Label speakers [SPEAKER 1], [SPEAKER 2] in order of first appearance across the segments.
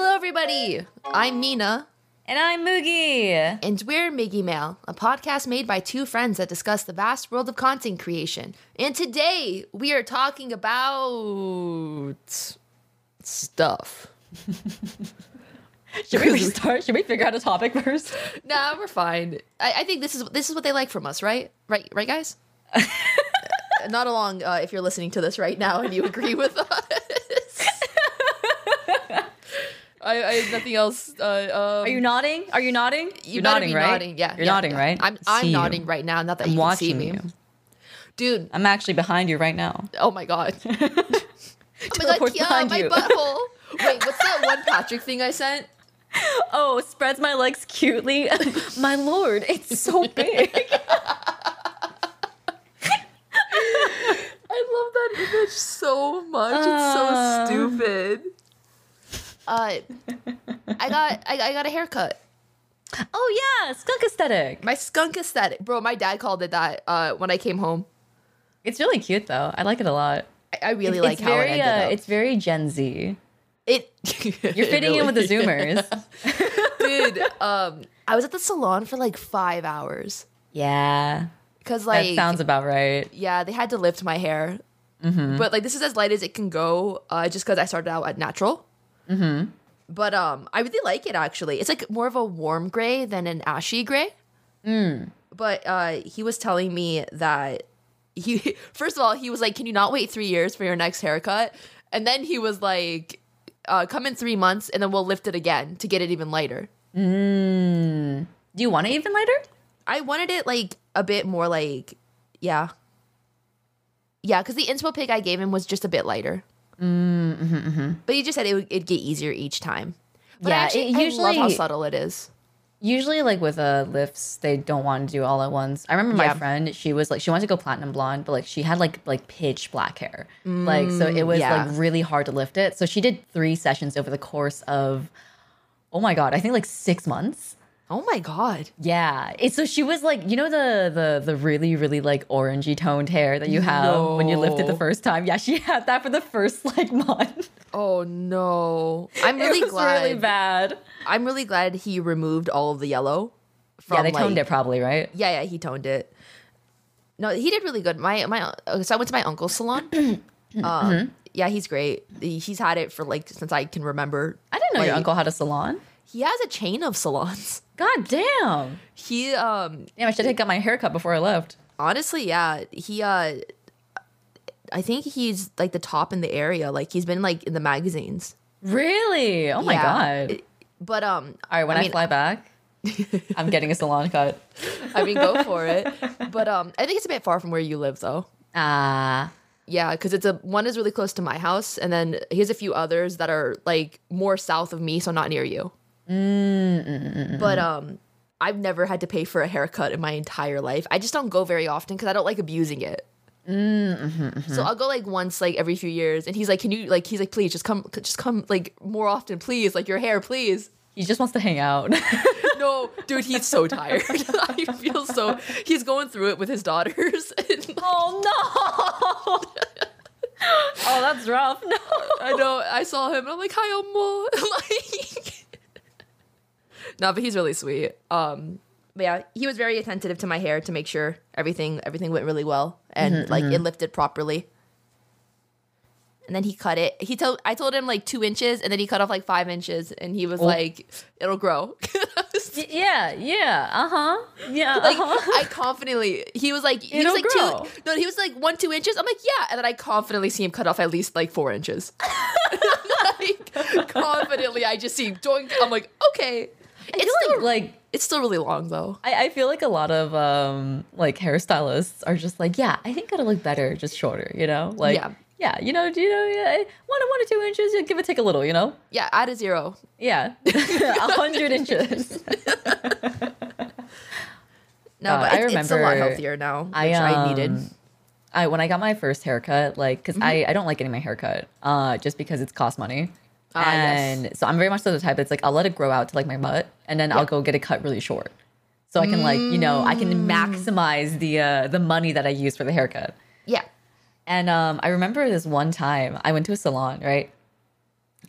[SPEAKER 1] Howdy! I'm Mina,
[SPEAKER 2] And I'm Moogie.
[SPEAKER 1] and we're Miggy Mail, a podcast made by two friends that discuss the vast world of content creation. And today we are talking about stuff.
[SPEAKER 2] Should we restart? Should we figure out a topic first?
[SPEAKER 1] Nah, we're fine. I, I think this is this is what they like from us, right? Right, right, guys. Not along uh, if you're listening to this right now and you agree with us. I, I have nothing else. Uh, um,
[SPEAKER 2] Are you nodding? Are you nodding?
[SPEAKER 1] You
[SPEAKER 2] You're
[SPEAKER 1] better
[SPEAKER 2] nodding,
[SPEAKER 1] be
[SPEAKER 2] right?
[SPEAKER 1] Nodding. Yeah,
[SPEAKER 2] You're
[SPEAKER 1] yeah,
[SPEAKER 2] nodding,
[SPEAKER 1] yeah.
[SPEAKER 2] right?
[SPEAKER 1] I'm I'm
[SPEAKER 2] See you.
[SPEAKER 1] nodding right now. Not that
[SPEAKER 2] I'm
[SPEAKER 1] you can see
[SPEAKER 2] watching
[SPEAKER 1] me,
[SPEAKER 2] you.
[SPEAKER 1] dude.
[SPEAKER 2] I'm actually behind you right now.
[SPEAKER 1] Oh my god. oh my god,
[SPEAKER 2] Teleports
[SPEAKER 1] yeah,
[SPEAKER 2] behind
[SPEAKER 1] my
[SPEAKER 2] you.
[SPEAKER 1] butthole. Wait, what's that one Patrick thing I sent?
[SPEAKER 2] Oh, spreads my legs cutely. my lord, it's so big.
[SPEAKER 1] I love that image so much.
[SPEAKER 2] Uh.
[SPEAKER 1] it's so stupid. Uh, I got I, I got a haircut.
[SPEAKER 2] oh yeah, skunk aesthetic.
[SPEAKER 1] My skunk aesthetic, bro. My dad called it that uh, when I came home.
[SPEAKER 2] It's really cute though. I like it a lot.
[SPEAKER 1] I, I really
[SPEAKER 2] It's-
[SPEAKER 1] like
[SPEAKER 2] it's
[SPEAKER 1] how
[SPEAKER 2] very,
[SPEAKER 1] it ended
[SPEAKER 2] uh,
[SPEAKER 1] up.
[SPEAKER 2] It's very Gen Z.
[SPEAKER 1] it
[SPEAKER 2] You're fitting in with the Zoomers.
[SPEAKER 1] dude. Um, I was at the salon for like five hours.
[SPEAKER 2] yeah,
[SPEAKER 1] Cause
[SPEAKER 2] that
[SPEAKER 1] like
[SPEAKER 2] sounds about right.
[SPEAKER 1] yeah, they had to lift my hair, but like this is as light as it can go, uh, just because I started out at natural. But um, I really like it actually. It's like more of a warm gray than an ashy gray. But uh, he was telling me that he first of all he was like, "Can you not wait three years for your next haircut?" And then he was like, uh, "Come in three months, and then we'll lift it again to get it even lighter."
[SPEAKER 2] Do you want it even lighter?
[SPEAKER 1] I wanted it like a bit more like, yeah, yeah, because the inspo pick I gave him was just a bit lighter. Mm-hmm, But he just said it would it'd get easier each time. But I
[SPEAKER 2] Yeah,
[SPEAKER 1] actually,
[SPEAKER 2] it
[SPEAKER 1] I love how
[SPEAKER 2] usually-
[SPEAKER 1] subtle it is.
[SPEAKER 2] usually like with uh lifts they don't want to do all at once i remember
[SPEAKER 1] Yeah.
[SPEAKER 2] my friend she was like she wanted to go platinum blonde but like she had like like pitch black hair like so it was
[SPEAKER 1] Mm, yeah.
[SPEAKER 2] like really hard to lift it so she did three sessions over the course of oh my god i think like six months
[SPEAKER 1] Oh my god!
[SPEAKER 2] yeah it, so she was like you know the the the really really like orangey toned hair that you have when you lift it
[SPEAKER 1] No.
[SPEAKER 2] the first time yeah she had that for the first like month
[SPEAKER 1] Oh no! I'm really
[SPEAKER 2] it was
[SPEAKER 1] glad.
[SPEAKER 2] really bad
[SPEAKER 1] I'm really glad he removed all of the yellow. From,
[SPEAKER 2] yeah they toned
[SPEAKER 1] like-
[SPEAKER 2] it probably right
[SPEAKER 1] Yeah, yeah, he toned it. No, he did really good. My my uh, so I went to my uncle's salon. um,
[SPEAKER 2] Mm-hmm.
[SPEAKER 1] Yeah, he's great. He- He's had it for like since I can remember.
[SPEAKER 2] i didn't know your
[SPEAKER 1] Like-
[SPEAKER 2] uncle had a salon
[SPEAKER 1] He has a chain of salons.
[SPEAKER 2] god damn
[SPEAKER 1] He um
[SPEAKER 2] Damn, I should have got my haircut before I left.
[SPEAKER 1] honestly, yeah, he uh I think he's like the top in the area. Like he's been like in the magazines.
[SPEAKER 2] Really? Oh my
[SPEAKER 1] Yeah.
[SPEAKER 2] god!
[SPEAKER 1] It- But um
[SPEAKER 2] All right, when I,
[SPEAKER 1] mean-
[SPEAKER 2] fly back, I'm getting a salon cut.
[SPEAKER 1] I mean go for it. But um I think it's a bit far from where you live though.
[SPEAKER 2] Ah,
[SPEAKER 1] Yeah, because it's a one is really close to my house, and then here's a few others that are like more south of me, so not near you. But um, I've never had to pay for a haircut in my entire life. I just don't go very often because I don't like abusing it. So I'll go like once, like every few years, and he's like, "Can you like?" He's like, "Please, just come, just come, like more often, please, like your hair, please."
[SPEAKER 2] he just wants to hang out.
[SPEAKER 1] No, dude, he's so tired. I feel so. He's going through it with his daughters. and-
[SPEAKER 2] oh no! oh, that's rough. No.
[SPEAKER 1] I know. I saw him and I'm like, hi, Elmo. like, no, but he's really sweet. Um, but yeah, he was very attentive to my hair to make sure everything everything went really well and like it lifted properly. And then he cut it. He told I told him like two inches, and then he cut off like five inches, and he was like, "It'll grow." I was
[SPEAKER 2] Y- Yeah, yeah. Uh huh. Yeah.
[SPEAKER 1] like
[SPEAKER 2] uh-huh.
[SPEAKER 1] I confidently, he was like, he
[SPEAKER 2] It'll
[SPEAKER 1] was like
[SPEAKER 2] grow.
[SPEAKER 1] two. No, he was like one, two inches. I'm like, yeah, and then I confidently see him cut off at least like four inches. like confidently, I just see him doing. I'm like, okay,
[SPEAKER 2] I feel
[SPEAKER 1] it's still
[SPEAKER 2] like like
[SPEAKER 1] it's still really long though.
[SPEAKER 2] I, I feel like a lot of um like hairstylists are just like, yeah, I think it'll look better just shorter, you know? Like
[SPEAKER 1] Yeah.
[SPEAKER 2] yeah, you know, do you know yeah, one one or two inches, you give or take a little, you know?
[SPEAKER 1] Yeah, add a zero.
[SPEAKER 2] Yeah. A hundred inches.
[SPEAKER 1] No,
[SPEAKER 2] Uh,
[SPEAKER 1] but
[SPEAKER 2] I
[SPEAKER 1] it's, it's a lot
[SPEAKER 2] remember
[SPEAKER 1] healthier now, which I,
[SPEAKER 2] I,
[SPEAKER 1] needed.
[SPEAKER 2] um, I when I got my first haircut, like, because
[SPEAKER 1] Mm-hmm.
[SPEAKER 2] I, I don't like getting my haircut, uh, just because it's cost money.
[SPEAKER 1] Ah, yes.
[SPEAKER 2] and so I'm very much the type that's like I'll let it grow out to like my butt, and then I'll go get it cut really short, so I can like you know I
[SPEAKER 1] Mm.
[SPEAKER 2] can maximize the uh, the money that I use for the haircut.
[SPEAKER 1] Yeah,
[SPEAKER 2] And um, I remember this one time I went to a salon, right?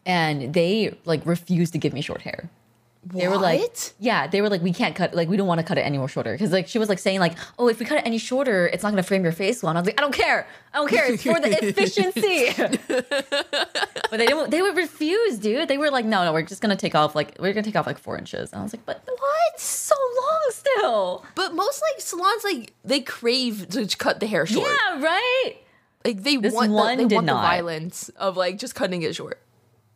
[SPEAKER 2] and they like refused to give me short hair. They were like,
[SPEAKER 1] What?
[SPEAKER 2] yeah, they were like, we can't cut, like, we don't want to cut it any more shorter. Cause like she was like saying, like, oh, if we cut it any shorter, it's not gonna frame your face well. And I was like, I don't care, I don't care. It's for the efficiency. but they didn't. They would refuse, dude. They were like, no, no, we're just gonna take off, like, we're gonna take off like four inches. And I was like, but what? So long still.
[SPEAKER 1] But most like salons like they crave to cut the hair short.
[SPEAKER 2] Yeah, right.
[SPEAKER 1] Like they want
[SPEAKER 2] one
[SPEAKER 1] the, they
[SPEAKER 2] did
[SPEAKER 1] want
[SPEAKER 2] not.
[SPEAKER 1] the violence of like just cutting it short.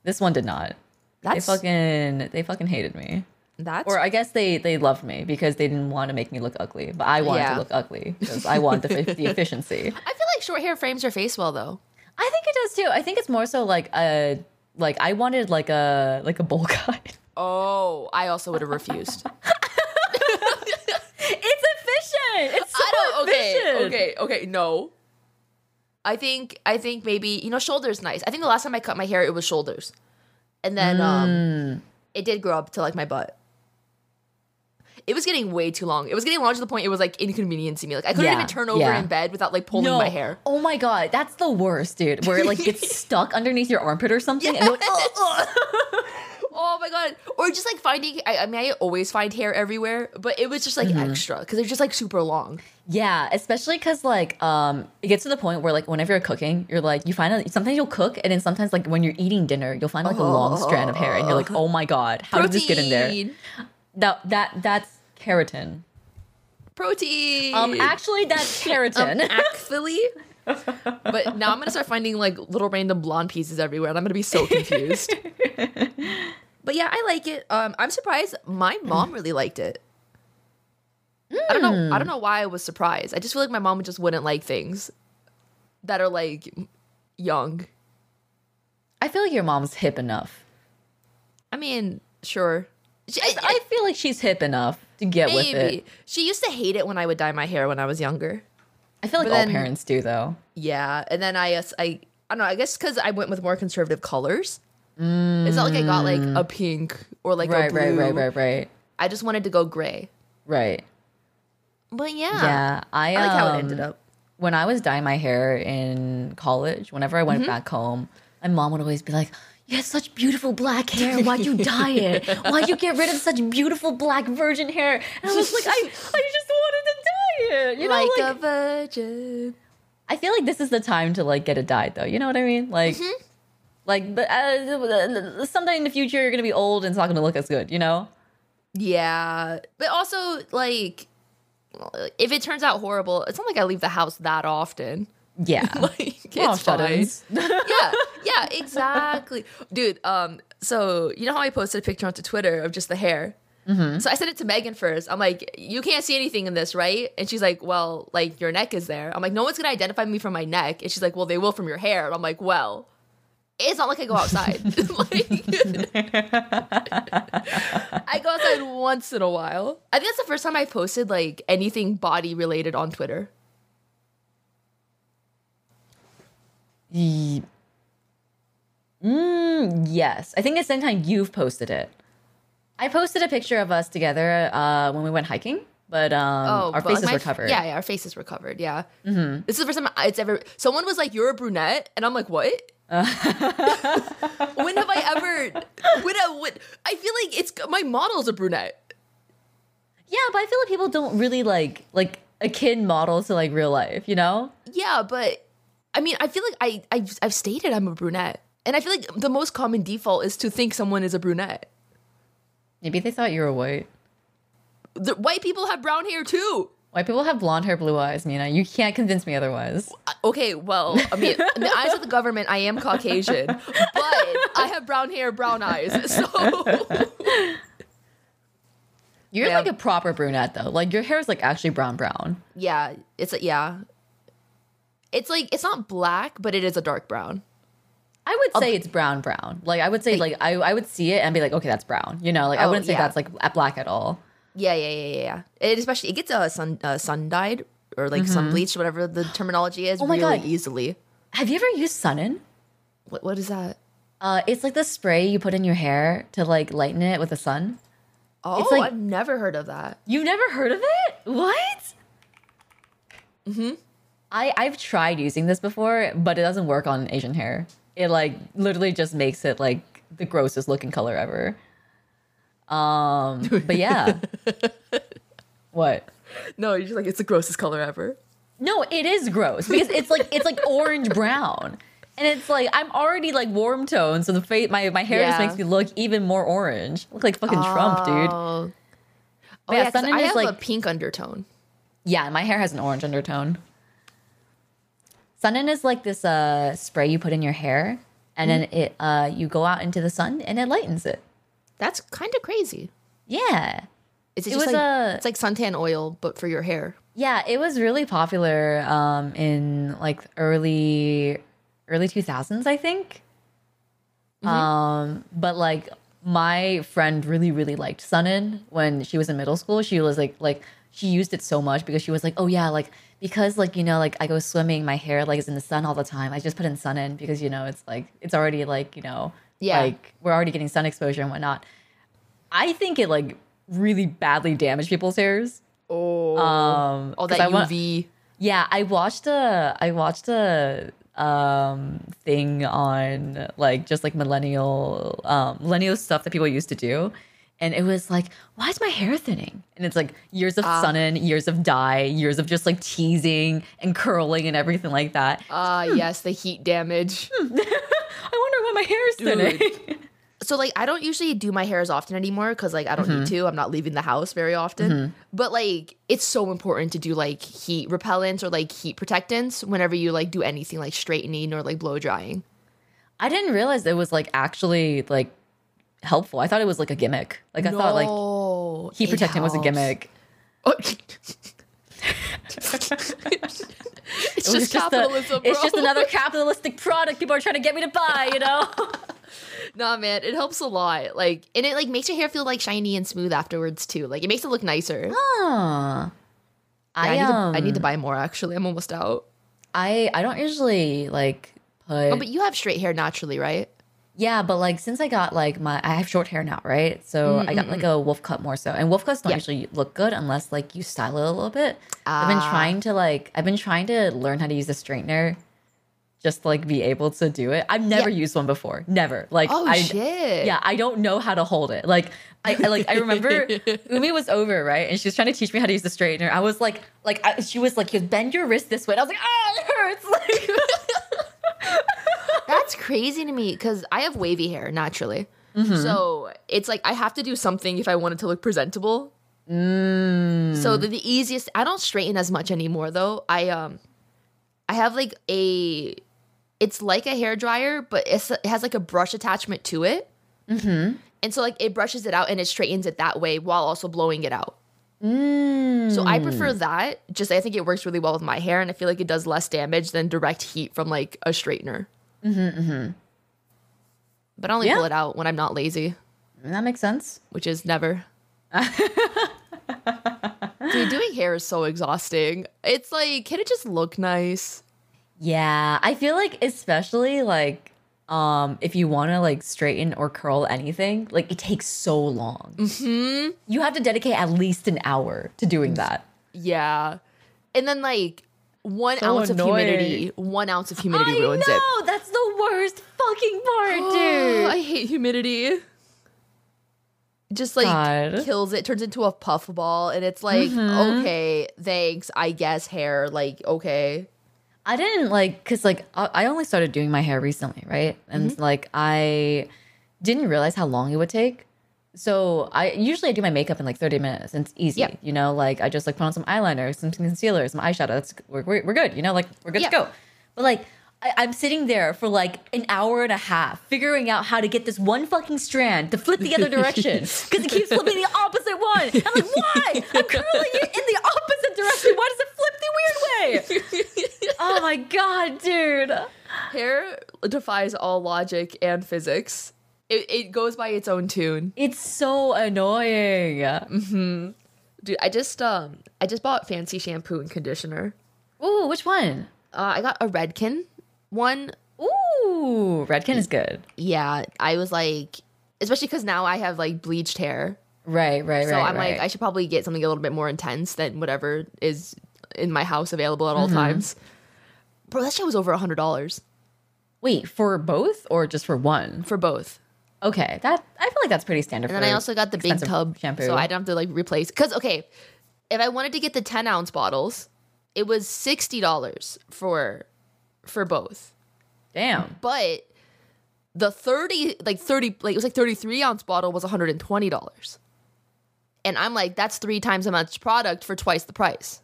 [SPEAKER 2] This one did not.
[SPEAKER 1] That's
[SPEAKER 2] they fucking they fucking hated me.
[SPEAKER 1] that's
[SPEAKER 2] Or I guess they they loved me because they didn't want to make me look ugly, but I wanted
[SPEAKER 1] Yeah.
[SPEAKER 2] to look ugly because I want the, the efficiency.
[SPEAKER 1] I feel like short hair frames your face well though.
[SPEAKER 2] I think it does too. I think it's more so like a like I wanted like a like a bowl cut.
[SPEAKER 1] Oh, I also would have refused.
[SPEAKER 2] it's efficient. It's so
[SPEAKER 1] I don't okay,
[SPEAKER 2] efficient.
[SPEAKER 1] okay, okay, no. I think I think maybe you know shoulders nice. I think the last time I cut my hair it was shoulders. And then um it did grow up to like my butt. It was getting way too long. It was getting long to the point it was like inconveniencing me. Like I couldn't
[SPEAKER 2] Yeah,
[SPEAKER 1] even turn over
[SPEAKER 2] yeah.
[SPEAKER 1] in bed without like pulling
[SPEAKER 2] No.
[SPEAKER 1] my hair.
[SPEAKER 2] Oh my god, that's the worst, dude. Where it like gets stuck underneath your armpit or something, and you're like, oh,
[SPEAKER 1] Oh my god! Or just like finding. I, I mean, I always find hair everywhere, but it was just like extra because they're just like super long.
[SPEAKER 2] Yeah, especially because like um, it gets to the point where like whenever you're cooking, you're like you find out sometimes you'll cook, and then sometimes like when you're eating dinner, you'll find like a long strand of hair, and you're like, oh my god, how did this get in there?
[SPEAKER 1] Protein!
[SPEAKER 2] That that that's keratin.
[SPEAKER 1] Protein.
[SPEAKER 2] Um, actually, that's keratin.
[SPEAKER 1] actually. but now I'm gonna start finding like little random blonde pieces everywhere, and I'm gonna be so confused. but yeah, I like it. Um, I'm surprised my mom really liked it. I don't know. I
[SPEAKER 2] Hmm.
[SPEAKER 1] don't know why I was surprised. I just feel like my mom just wouldn't like things that are like young.
[SPEAKER 2] I feel like your mom's hip enough.
[SPEAKER 1] I mean, sure. She,
[SPEAKER 2] I feel like she's hip enough to get with
[SPEAKER 1] maybe
[SPEAKER 2] it.
[SPEAKER 1] she used to hate it when I would dye my hair when I was younger.
[SPEAKER 2] I feel like
[SPEAKER 1] But
[SPEAKER 2] all
[SPEAKER 1] then-
[SPEAKER 2] parents do though.
[SPEAKER 1] Yeah, and then I guess I I don't know. I guess because I went with more conservative colors. It's not like I got like a pink or like
[SPEAKER 2] Right,
[SPEAKER 1] a blue.
[SPEAKER 2] right, right, right, right,
[SPEAKER 1] I just wanted to go gray.
[SPEAKER 2] right.
[SPEAKER 1] But yeah,
[SPEAKER 2] Yeah, I,
[SPEAKER 1] I like how it
[SPEAKER 2] um,
[SPEAKER 1] ended up.
[SPEAKER 2] when I was dyeing my hair in college, whenever I went back home, my mom would always be like, You had such beautiful black hair. Why'd you dye it? Why'd you get rid of such beautiful black virgin hair? And I was like, I, I just wanted to dye it. You know,
[SPEAKER 1] like,
[SPEAKER 2] like,
[SPEAKER 1] a virgin.
[SPEAKER 2] I feel like this is the time to like get it dyed though. You know what I mean? Like,
[SPEAKER 1] Mm-hmm.
[SPEAKER 2] like, but uh, sometime in the future, you're going to be old and it's not going to look as good, you know?
[SPEAKER 1] Yeah, but also like if it turns out horrible, it's not like I leave the house that often.
[SPEAKER 2] Yeah. Oh,
[SPEAKER 1] Like it's
[SPEAKER 2] We're all
[SPEAKER 1] fine.
[SPEAKER 2] shut-ins.
[SPEAKER 1] yeah, yeah, exactly, dude. Um, so you know how I posted a picture onto Twitter of just the hair. So I sent it to Megan first. I'm like, you can't see anything in this, right? And she's like, well, like your neck is there. I'm like, no one's gonna identify me from my neck. And she's like, well, they will from your hair. And I'm like, well, it's not like I go outside. like, I go outside once in a while. I think that's the first time I posted like anything body related on Twitter.
[SPEAKER 2] Ye- Mm, yes. I think it's the same time you've posted it. I posted a picture of us together uh, when we went hiking, but um, our
[SPEAKER 1] but
[SPEAKER 2] faces
[SPEAKER 1] Oh, my-
[SPEAKER 2] were covered.
[SPEAKER 1] Yeah, yeah, our faces were covered. Yeah, this is the first time it's ever. Someone was like, "You're a brunette," and I'm like, "What?" when have I ever? When I, when, I feel like it's my model's a brunette.
[SPEAKER 2] Yeah, but I feel like people don't really like like akin models to like real life, you know?
[SPEAKER 1] Yeah, but I mean, I feel like I I've, I've stated I'm a brunette, and I feel like the most common default is to think someone is a brunette.
[SPEAKER 2] Maybe they thought you were white.
[SPEAKER 1] The, white people have brown hair too.
[SPEAKER 2] White people have blonde hair, blue eyes, Mina. You can't convince me otherwise.
[SPEAKER 1] Uh, Okay, well, I mean, in the eyes of the government, I am Caucasian, but I have brown hair, brown eyes, so.
[SPEAKER 2] You're
[SPEAKER 1] Yeah.
[SPEAKER 2] like a proper brunette though. Like your hair is like actually brown brown.
[SPEAKER 1] Yeah, it's a, yeah. It's like it's not black, but it is a dark brown.
[SPEAKER 2] I would say it's brown brown. Like I would say like I, I would see it and be like, okay, that's brown. You know, like I
[SPEAKER 1] Oh,
[SPEAKER 2] wouldn't say
[SPEAKER 1] yeah.
[SPEAKER 2] that's like a- black at all.
[SPEAKER 1] Yeah, yeah, yeah, yeah. yeah. It especially it gets uh, sun uh, sun dyed or like sun bleached, whatever the terminology is,
[SPEAKER 2] my
[SPEAKER 1] really
[SPEAKER 2] God.
[SPEAKER 1] easily.
[SPEAKER 2] Have you ever used Sunin?
[SPEAKER 1] What what is that?
[SPEAKER 2] Uh, it's like the spray you put in your hair to like lighten it with the sun.
[SPEAKER 1] Oh,
[SPEAKER 2] like-
[SPEAKER 1] I've never heard of that.
[SPEAKER 2] You've never heard of it? What? Mm-hmm. I I've tried using this before, but it doesn't work on Asian hair. it like literally just makes it like the grossest looking color ever. Um, but yeah. what?
[SPEAKER 1] No, you're just like it's the grossest color ever.
[SPEAKER 2] No, it is gross because it's like it's like orange brown. And it's like I'm already like warm toned, so the fa- my my hair just
[SPEAKER 1] Yeah.
[SPEAKER 2] makes me look even more orange. Look like fucking Trump, dude.
[SPEAKER 1] Oh,
[SPEAKER 2] But yeah,
[SPEAKER 1] 'cause
[SPEAKER 2] Sunnen
[SPEAKER 1] I
[SPEAKER 2] is
[SPEAKER 1] have a
[SPEAKER 2] like
[SPEAKER 1] pink undertone.
[SPEAKER 2] yeah, my hair has an orange undertone. Sunin is like this uh spray you put in your hair and then it uh you go out into the sun and it lightens it.
[SPEAKER 1] That's kind of crazy.
[SPEAKER 2] Yeah.
[SPEAKER 1] Is it,
[SPEAKER 2] It
[SPEAKER 1] just
[SPEAKER 2] was
[SPEAKER 1] like
[SPEAKER 2] a-
[SPEAKER 1] it's like suntan oil, but for your hair?
[SPEAKER 2] Yeah, it was really popular um, in like early early two thousands, I think. Um, but like my friend really really liked Sunin when she was in middle school. She was like like she used it so much because she was like, oh yeah, like because like you know like I go swimming, my hair like is in the sun all the time. I just put in Sunin because you know it's like it's already like you know
[SPEAKER 1] Yeah.
[SPEAKER 2] like we're already getting sun exposure and whatnot. I think it like really badly damaged people's hairs.
[SPEAKER 1] Oh,
[SPEAKER 2] Um,
[SPEAKER 1] all
[SPEAKER 2] 'cause
[SPEAKER 1] that
[SPEAKER 2] I wa-
[SPEAKER 1] UV.
[SPEAKER 2] yeah, I watched a I watched a um thing on like just like millennial um millennial stuff that people used to do. And it was like, why is my hair thinning? And it's like years of
[SPEAKER 1] Ah.
[SPEAKER 2] sun in, years of dye, years of just like teasing and curling and everything like that.
[SPEAKER 1] Ah, yes, the heat damage.
[SPEAKER 2] I wonder why my hair is thinning.
[SPEAKER 1] so like I don't usually do my hair as often anymore because like I don't
[SPEAKER 2] Mm-hmm.
[SPEAKER 1] need to. I'm not leaving the house very often. But like it's so important to do like heat repellents or like heat protectants whenever you like do anything like straightening or like blow drying.
[SPEAKER 2] I didn't realize it was like actually like helpful. I thought it was like a gimmick. Like I thought like
[SPEAKER 1] No, it
[SPEAKER 2] heat protectant was a
[SPEAKER 1] helps.
[SPEAKER 2] gimmick.
[SPEAKER 1] Oh. it's
[SPEAKER 2] It was
[SPEAKER 1] just
[SPEAKER 2] a-
[SPEAKER 1] capitalism.
[SPEAKER 2] it's
[SPEAKER 1] bro.
[SPEAKER 2] just another capitalistic product people are trying to get me to buy, you know?
[SPEAKER 1] Nah, man, it helps a lot. Like, and it like makes your hair feel like shiny and smooth afterwards too. Like, it makes it look nicer. Yeah,
[SPEAKER 2] I,
[SPEAKER 1] I, need
[SPEAKER 2] um,
[SPEAKER 1] to, I need to buy more. Actually, I'm almost out.
[SPEAKER 2] I, I don't usually like put.
[SPEAKER 1] Oh, but you have straight hair naturally, right?
[SPEAKER 2] yeah, but like since I got like my. I have short hair now, right? So I got like a wolf cut more so. And wolf cuts don't
[SPEAKER 1] Mm, Yeah.
[SPEAKER 2] usually look good unless like you style it a little bit. I've been
[SPEAKER 1] Ah.
[SPEAKER 2] trying to like. I've been trying to learn how to use a straightener just to like be able to do it. I've never used one before. Never. Like
[SPEAKER 1] Oh
[SPEAKER 2] I,
[SPEAKER 1] shit!
[SPEAKER 2] Yeah, I don't know how to hold it. Like I, I like I remember Umi was over, right? And she was trying to teach me how to use the straightener. I was like like I, she was like, you bend your wrist this way. And I was like, oh, it hurts. Like
[SPEAKER 1] that's crazy to me because I have wavy hair naturally. So it's like I have to do something if I want it to look presentable. So the, the easiest, I don't straighten as much anymore though. I um, I have like a, it's like a hair dryer, but it's, it has like a brush attachment to it. Mm-hmm. And so like it brushes it out and it straightens it that way while also blowing it out. So I prefer that. Just I think it works really well with my hair, and I feel like it does less damage than direct heat from like a straightener. But I only
[SPEAKER 2] Yeah.
[SPEAKER 1] pull it out when I'm not lazy,
[SPEAKER 2] that makes sense.
[SPEAKER 1] which is never. Dude, doing hair is so exhausting. It's like, can it just look nice?
[SPEAKER 2] Yeah, I feel like especially like um if you want to like straighten or curl anything, like it takes so long. Mm-hmm. You have to dedicate at least an hour to doing that.
[SPEAKER 1] Yeah. And then like one
[SPEAKER 2] So
[SPEAKER 1] ounce
[SPEAKER 2] annoying.
[SPEAKER 1] of humidity, one ounce of humidity
[SPEAKER 2] I
[SPEAKER 1] ruins it.
[SPEAKER 2] know that's the worst fucking part, dude.
[SPEAKER 1] I hate humidity. Just like
[SPEAKER 2] God. Mm-hmm.
[SPEAKER 1] kills it, turns into a puffball, and it's like, okay, thanks, I guess hair, like, okay.
[SPEAKER 2] I didn't like because like I I only started doing my hair recently, right? And like I didn't realize how long it would take. So I usually I do my makeup in like thirty minutes, and it's easy.
[SPEAKER 1] Yep.
[SPEAKER 2] You know, like I just like put on some eyeliner, some concealer, some eyeshadow. That's we're we're, we're good. You know, like we're good
[SPEAKER 1] Yeah.
[SPEAKER 2] to go. But like I, I'm sitting there for like an hour and a half figuring out how to get this one fucking strand to flip the other direction because it keeps flipping the opposite one. I'm like, why? I'm curling it in the opposite direction. Why does it flip the weird way? Oh my god, dude.
[SPEAKER 1] Hair defies all logic and physics. It, it goes by its own tune.
[SPEAKER 2] It's so annoying.
[SPEAKER 1] Dude, I just um I just bought fancy shampoo and conditioner.
[SPEAKER 2] Ooh, which one?
[SPEAKER 1] Uh, I got a Redken one.
[SPEAKER 2] Ooh, Redken is good.
[SPEAKER 1] Yeah, I was like especially cuz now I have like bleached hair.
[SPEAKER 2] Right, right,
[SPEAKER 1] So
[SPEAKER 2] right.
[SPEAKER 1] I'm
[SPEAKER 2] right.
[SPEAKER 1] like, I should probably get something a little bit more intense than whatever
[SPEAKER 2] Mm-hmm.
[SPEAKER 1] is in my house available at all times. Bro, that shit was over a hundred dollars.
[SPEAKER 2] Wait, for both or just for one?
[SPEAKER 1] for both.
[SPEAKER 2] Okay, that I feel like that's pretty standard.
[SPEAKER 1] And then I also got the big
[SPEAKER 2] expensive
[SPEAKER 1] tub
[SPEAKER 2] shampoo.
[SPEAKER 1] so I don't have to like replace. Because okay, if I wanted to get the ten ounce bottles, it was sixty dollars for for both.
[SPEAKER 2] damn.
[SPEAKER 1] But the thirty like thirty like it was like thirty three ounce bottle was one hundred and twenty dollars. And I'm like, that's three times how much product for twice the price.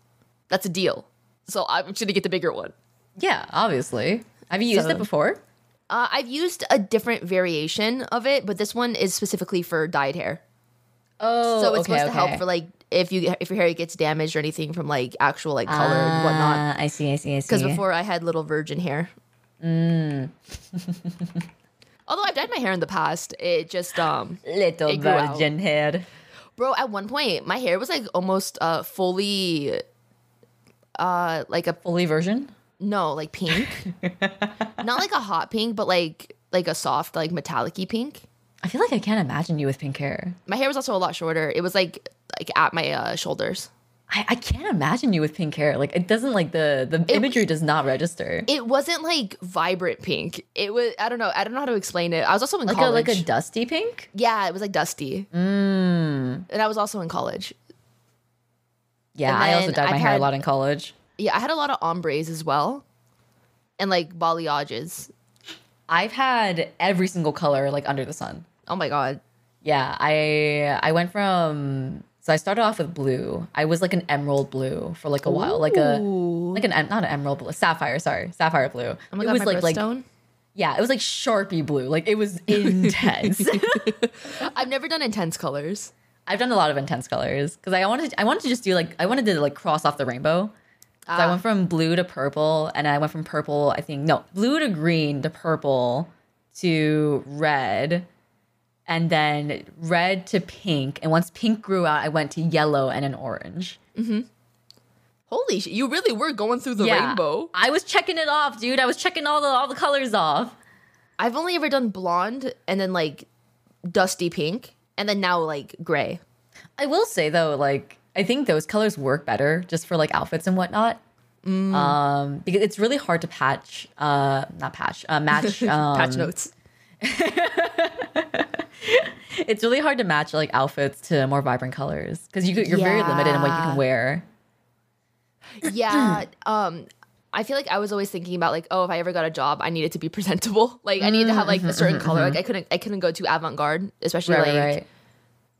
[SPEAKER 1] That's a deal. So I'm just gonna get the bigger one.
[SPEAKER 2] Yeah, obviously. Have you used
[SPEAKER 1] So-
[SPEAKER 2] it before?
[SPEAKER 1] Uh, I've used a different variation of it, but this one is specifically for dyed hair.
[SPEAKER 2] Oh,
[SPEAKER 1] so it's
[SPEAKER 2] okay,
[SPEAKER 1] supposed to help
[SPEAKER 2] okay.
[SPEAKER 1] for like if you if your hair gets damaged or anything from like actual like color and whatnot.
[SPEAKER 2] Ah, I see, I see, I see.
[SPEAKER 1] Because before I had little virgin hair.
[SPEAKER 2] Mm.
[SPEAKER 1] Although I've dyed my hair in the past, it just um,
[SPEAKER 2] little
[SPEAKER 1] it grew out.
[SPEAKER 2] virgin head.
[SPEAKER 1] bro. At one point, my hair was like almost uh fully, uh, like a
[SPEAKER 2] Fully version?
[SPEAKER 1] no, like pink, not like a hot pink, but like like a soft like metallic-y pink.
[SPEAKER 2] I feel like I can't imagine you with pink hair.
[SPEAKER 1] My hair was also a lot shorter. It was like like at my uh, shoulders.
[SPEAKER 2] I, I can't imagine you with pink hair. Like it doesn't like the the imagery does not register.
[SPEAKER 1] it wasn't like vibrant pink. It was I don't know. I don't know how to explain it. I was also in
[SPEAKER 2] like a
[SPEAKER 1] college.
[SPEAKER 2] like a dusty pink.
[SPEAKER 1] yeah, it was like dusty.
[SPEAKER 2] Mm.
[SPEAKER 1] And I was also in college.
[SPEAKER 2] Yeah,
[SPEAKER 1] And
[SPEAKER 2] I also
[SPEAKER 1] then
[SPEAKER 2] dyed my
[SPEAKER 1] I've
[SPEAKER 2] hair a
[SPEAKER 1] had-
[SPEAKER 2] lot in college.
[SPEAKER 1] Yeah, I had a lot of ombres as well, and like balayages.
[SPEAKER 2] I've had every single color like under the sun.
[SPEAKER 1] Oh my god.
[SPEAKER 2] Yeah, I I went from so I started off with blue. I was like an emerald blue for like a while, like a
[SPEAKER 1] Ooh.
[SPEAKER 2] like an em- not an emerald blue, sapphire. Sorry, sapphire blue.
[SPEAKER 1] Oh my
[SPEAKER 2] it
[SPEAKER 1] god,
[SPEAKER 2] was
[SPEAKER 1] my
[SPEAKER 2] like like
[SPEAKER 1] birthstone.
[SPEAKER 2] yeah, it was like sharpie blue. Like it was intense.
[SPEAKER 1] I've never done intense colors.
[SPEAKER 2] I've done a lot of intense colors because I wanted I wanted to just do like I wanted to like cross off the rainbow. So I went from blue to purple, and I went from purple. I think no blue to green to purple to red, and then red to pink. And once pink grew out, I went to yellow and an orange.
[SPEAKER 1] Holy shit, you really were going through the rainbow.
[SPEAKER 2] I was checking it off, dude. I was checking all the all the colors off.
[SPEAKER 1] I've only ever done blonde and then like dusty pink and then now like gray.
[SPEAKER 2] I will say though, like I think those colors work better just for like outfits and whatnot.
[SPEAKER 1] Mm.
[SPEAKER 2] Um, because it's really hard to patch, uh, not patch, uh, match. Um,
[SPEAKER 1] Patch notes.
[SPEAKER 2] It's really hard to match like outfits to more vibrant colors because you you're very limited in what you
[SPEAKER 1] Yeah.
[SPEAKER 2] can wear.
[SPEAKER 1] yeah um i feel like i was always thinking about like oh if i ever got a job i needed to be presentable like i needed to have like a certain color like i couldn't i couldn't go too avant-garde especially
[SPEAKER 2] Right,
[SPEAKER 1] like
[SPEAKER 2] right, right.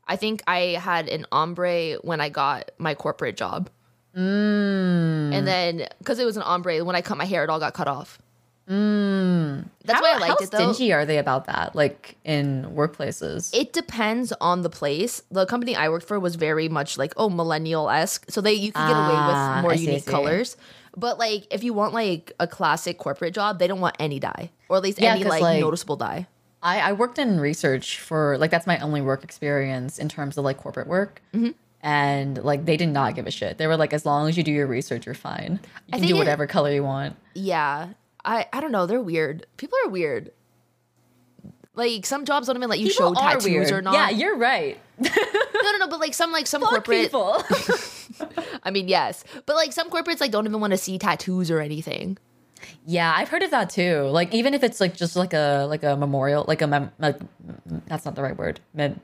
[SPEAKER 1] i think i had an ombre when i got my corporate job
[SPEAKER 2] Mm.
[SPEAKER 1] and then because it was an ombre when i cut my hair it all got cut off that's
[SPEAKER 2] Mm. how,
[SPEAKER 1] why i
[SPEAKER 2] how
[SPEAKER 1] liked it though
[SPEAKER 2] stingy are they about that? Like in workplaces.
[SPEAKER 1] it depends on the place. The company I worked for was very much like oh millennial esque, so they you can get away
[SPEAKER 2] Ah,
[SPEAKER 1] with more
[SPEAKER 2] I see, I
[SPEAKER 1] unique
[SPEAKER 2] see.
[SPEAKER 1] colors. But like if you want like a classic corporate job, they don't want any dye or at least
[SPEAKER 2] Yeah,
[SPEAKER 1] any
[SPEAKER 2] 'cause,
[SPEAKER 1] like,
[SPEAKER 2] like-
[SPEAKER 1] noticeable dye.
[SPEAKER 2] I, I worked in research for like that's my only work experience in terms of like corporate work.
[SPEAKER 1] Mm-hmm.
[SPEAKER 2] And like they did not give a shit. They were like, as long as you do your research, you're fine. You can
[SPEAKER 1] think
[SPEAKER 2] do
[SPEAKER 1] it-
[SPEAKER 2] whatever color you want.
[SPEAKER 1] Yeah, I I don't know. They're weird. People are weird. Like some jobs don't even let you show tattoos or not.
[SPEAKER 2] Yeah, you're right.
[SPEAKER 1] no, no, no. But like some like some
[SPEAKER 2] Fuck
[SPEAKER 1] corporate.
[SPEAKER 2] people.
[SPEAKER 1] I mean, yes, but like some corporates like don't even want to see tattoos or anything.
[SPEAKER 2] yeah, I've heard of that too. Like even if it's like just like a like a memorial, like a mem, like, that's not the right word. Mem,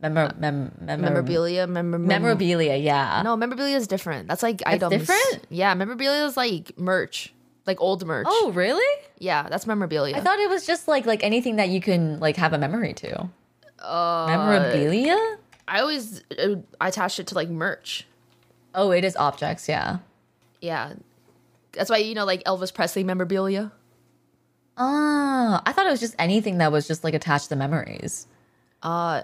[SPEAKER 2] memor, mem, mem,
[SPEAKER 1] Uh, Memorabilia, memorabilia.
[SPEAKER 2] memorabilia. Yeah.
[SPEAKER 1] No, memorabilia is different. That's like items.
[SPEAKER 2] different?
[SPEAKER 1] Yeah, memorabilia is like merch, like old merch.
[SPEAKER 2] Oh really?
[SPEAKER 1] yeah, that's memorabilia.
[SPEAKER 2] I thought it was just like like anything that you can like have a memory to.
[SPEAKER 1] Uh,
[SPEAKER 2] memorabilia?
[SPEAKER 1] I always uh, attached it to like merch.
[SPEAKER 2] Oh, it is objects, yeah.
[SPEAKER 1] Yeah, that's why you know like Elvis Presley memorabilia.
[SPEAKER 2] Oh, I thought it was just anything that was just like attached to memories.
[SPEAKER 1] Um,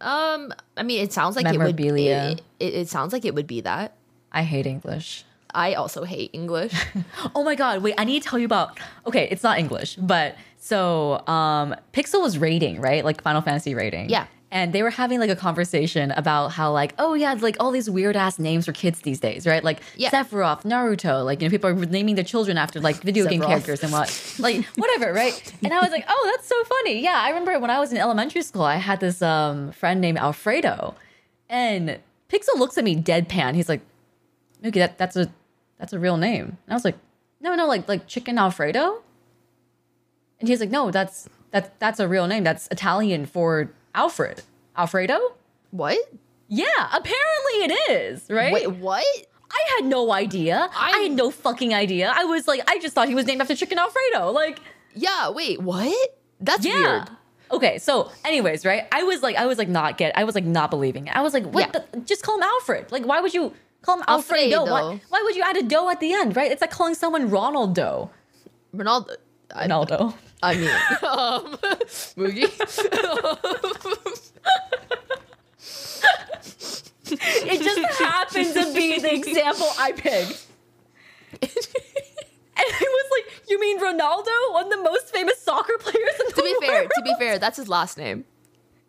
[SPEAKER 1] I mean, it sounds like it
[SPEAKER 2] Memorabilia.
[SPEAKER 1] would. It, it, it sounds like it would be that.
[SPEAKER 2] I hate English.
[SPEAKER 1] I also hate English.
[SPEAKER 2] Oh my god, wait, I need to tell you about Okay, it's not English, but so um Pixel was rating, right? Like Final Fantasy rating.
[SPEAKER 1] Yeah.
[SPEAKER 2] And they were having like a conversation about how like, oh yeah, like all these weird ass names for kids these days, right? Like
[SPEAKER 1] Yeah.
[SPEAKER 2] Sephiroth, Naruto, like you know, people are naming their children after like video game
[SPEAKER 1] Sephiroth.
[SPEAKER 2] characters and what like whatever, right? And I was like, oh, that's so funny. Yeah, I remember when I was in elementary school, I had this um friend named Alfredo. And Pixel looks at me deadpan. He's like, Mookie, that, that's a that's a real name. And I was like, no, no, like like chicken Alfredo. And he's like, no, that's that's that's a real name. That's Italian for Alfred. Alfredo?
[SPEAKER 1] What?
[SPEAKER 2] Yeah, apparently it is, right?
[SPEAKER 1] Wait, what?
[SPEAKER 2] I had no idea. I,
[SPEAKER 1] I-
[SPEAKER 2] had no fucking idea. I was like, I just thought he was named after Chicken Alfredo. Like,
[SPEAKER 1] Yeah, wait, what? That's
[SPEAKER 2] yeah.
[SPEAKER 1] weird.
[SPEAKER 2] Okay, so anyways, right? I was like, I was like not get, I was like not believing it. I was like, what?
[SPEAKER 1] Yeah.
[SPEAKER 2] The, just call him Alfred. Like, why would you call him Alfredo? Why,
[SPEAKER 1] Alfredo.
[SPEAKER 2] why would you add a dough at the end, right? It's like calling someone Ronald Doe.
[SPEAKER 1] Ronaldo. I,
[SPEAKER 2] Ronaldo.
[SPEAKER 1] I mean, um, Moogie.
[SPEAKER 2] It just happened to be the example I picked. And I was like, you mean Ronaldo, one of the most famous soccer players in
[SPEAKER 1] to be fair, to be fair, that's his last name.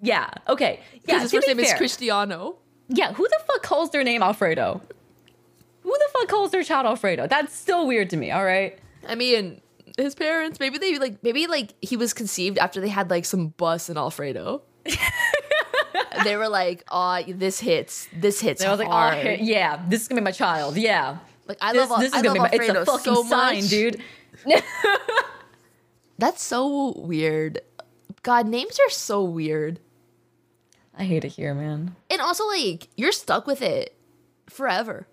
[SPEAKER 2] Yeah. Okay. Yeah.
[SPEAKER 1] his
[SPEAKER 2] to
[SPEAKER 1] first
[SPEAKER 2] be
[SPEAKER 1] name is
[SPEAKER 2] fair.
[SPEAKER 1] Cristiano.
[SPEAKER 2] Yeah. Who the fuck calls their name Alfredo? Who the fuck calls their child Alfredo? That's still weird to me. All right.
[SPEAKER 1] I mean, his parents. Maybe they like. Maybe like he was conceived after they had like some bus in Alfredo. they were like, "Aw, this hits. This hits."
[SPEAKER 2] And I was like,
[SPEAKER 1] hard.
[SPEAKER 2] oh, yeah, this is gonna be my child. Yeah.
[SPEAKER 1] Like, I
[SPEAKER 2] This,
[SPEAKER 1] love.
[SPEAKER 2] this is
[SPEAKER 1] I
[SPEAKER 2] gonna
[SPEAKER 1] love
[SPEAKER 2] be my.
[SPEAKER 1] Alfredo
[SPEAKER 2] it's a fucking
[SPEAKER 1] so
[SPEAKER 2] sign,
[SPEAKER 1] much.
[SPEAKER 2] dude.
[SPEAKER 1] That's so weird. God, names are so weird.
[SPEAKER 2] I hate it here, man.
[SPEAKER 1] And also, like, you're stuck with it forever.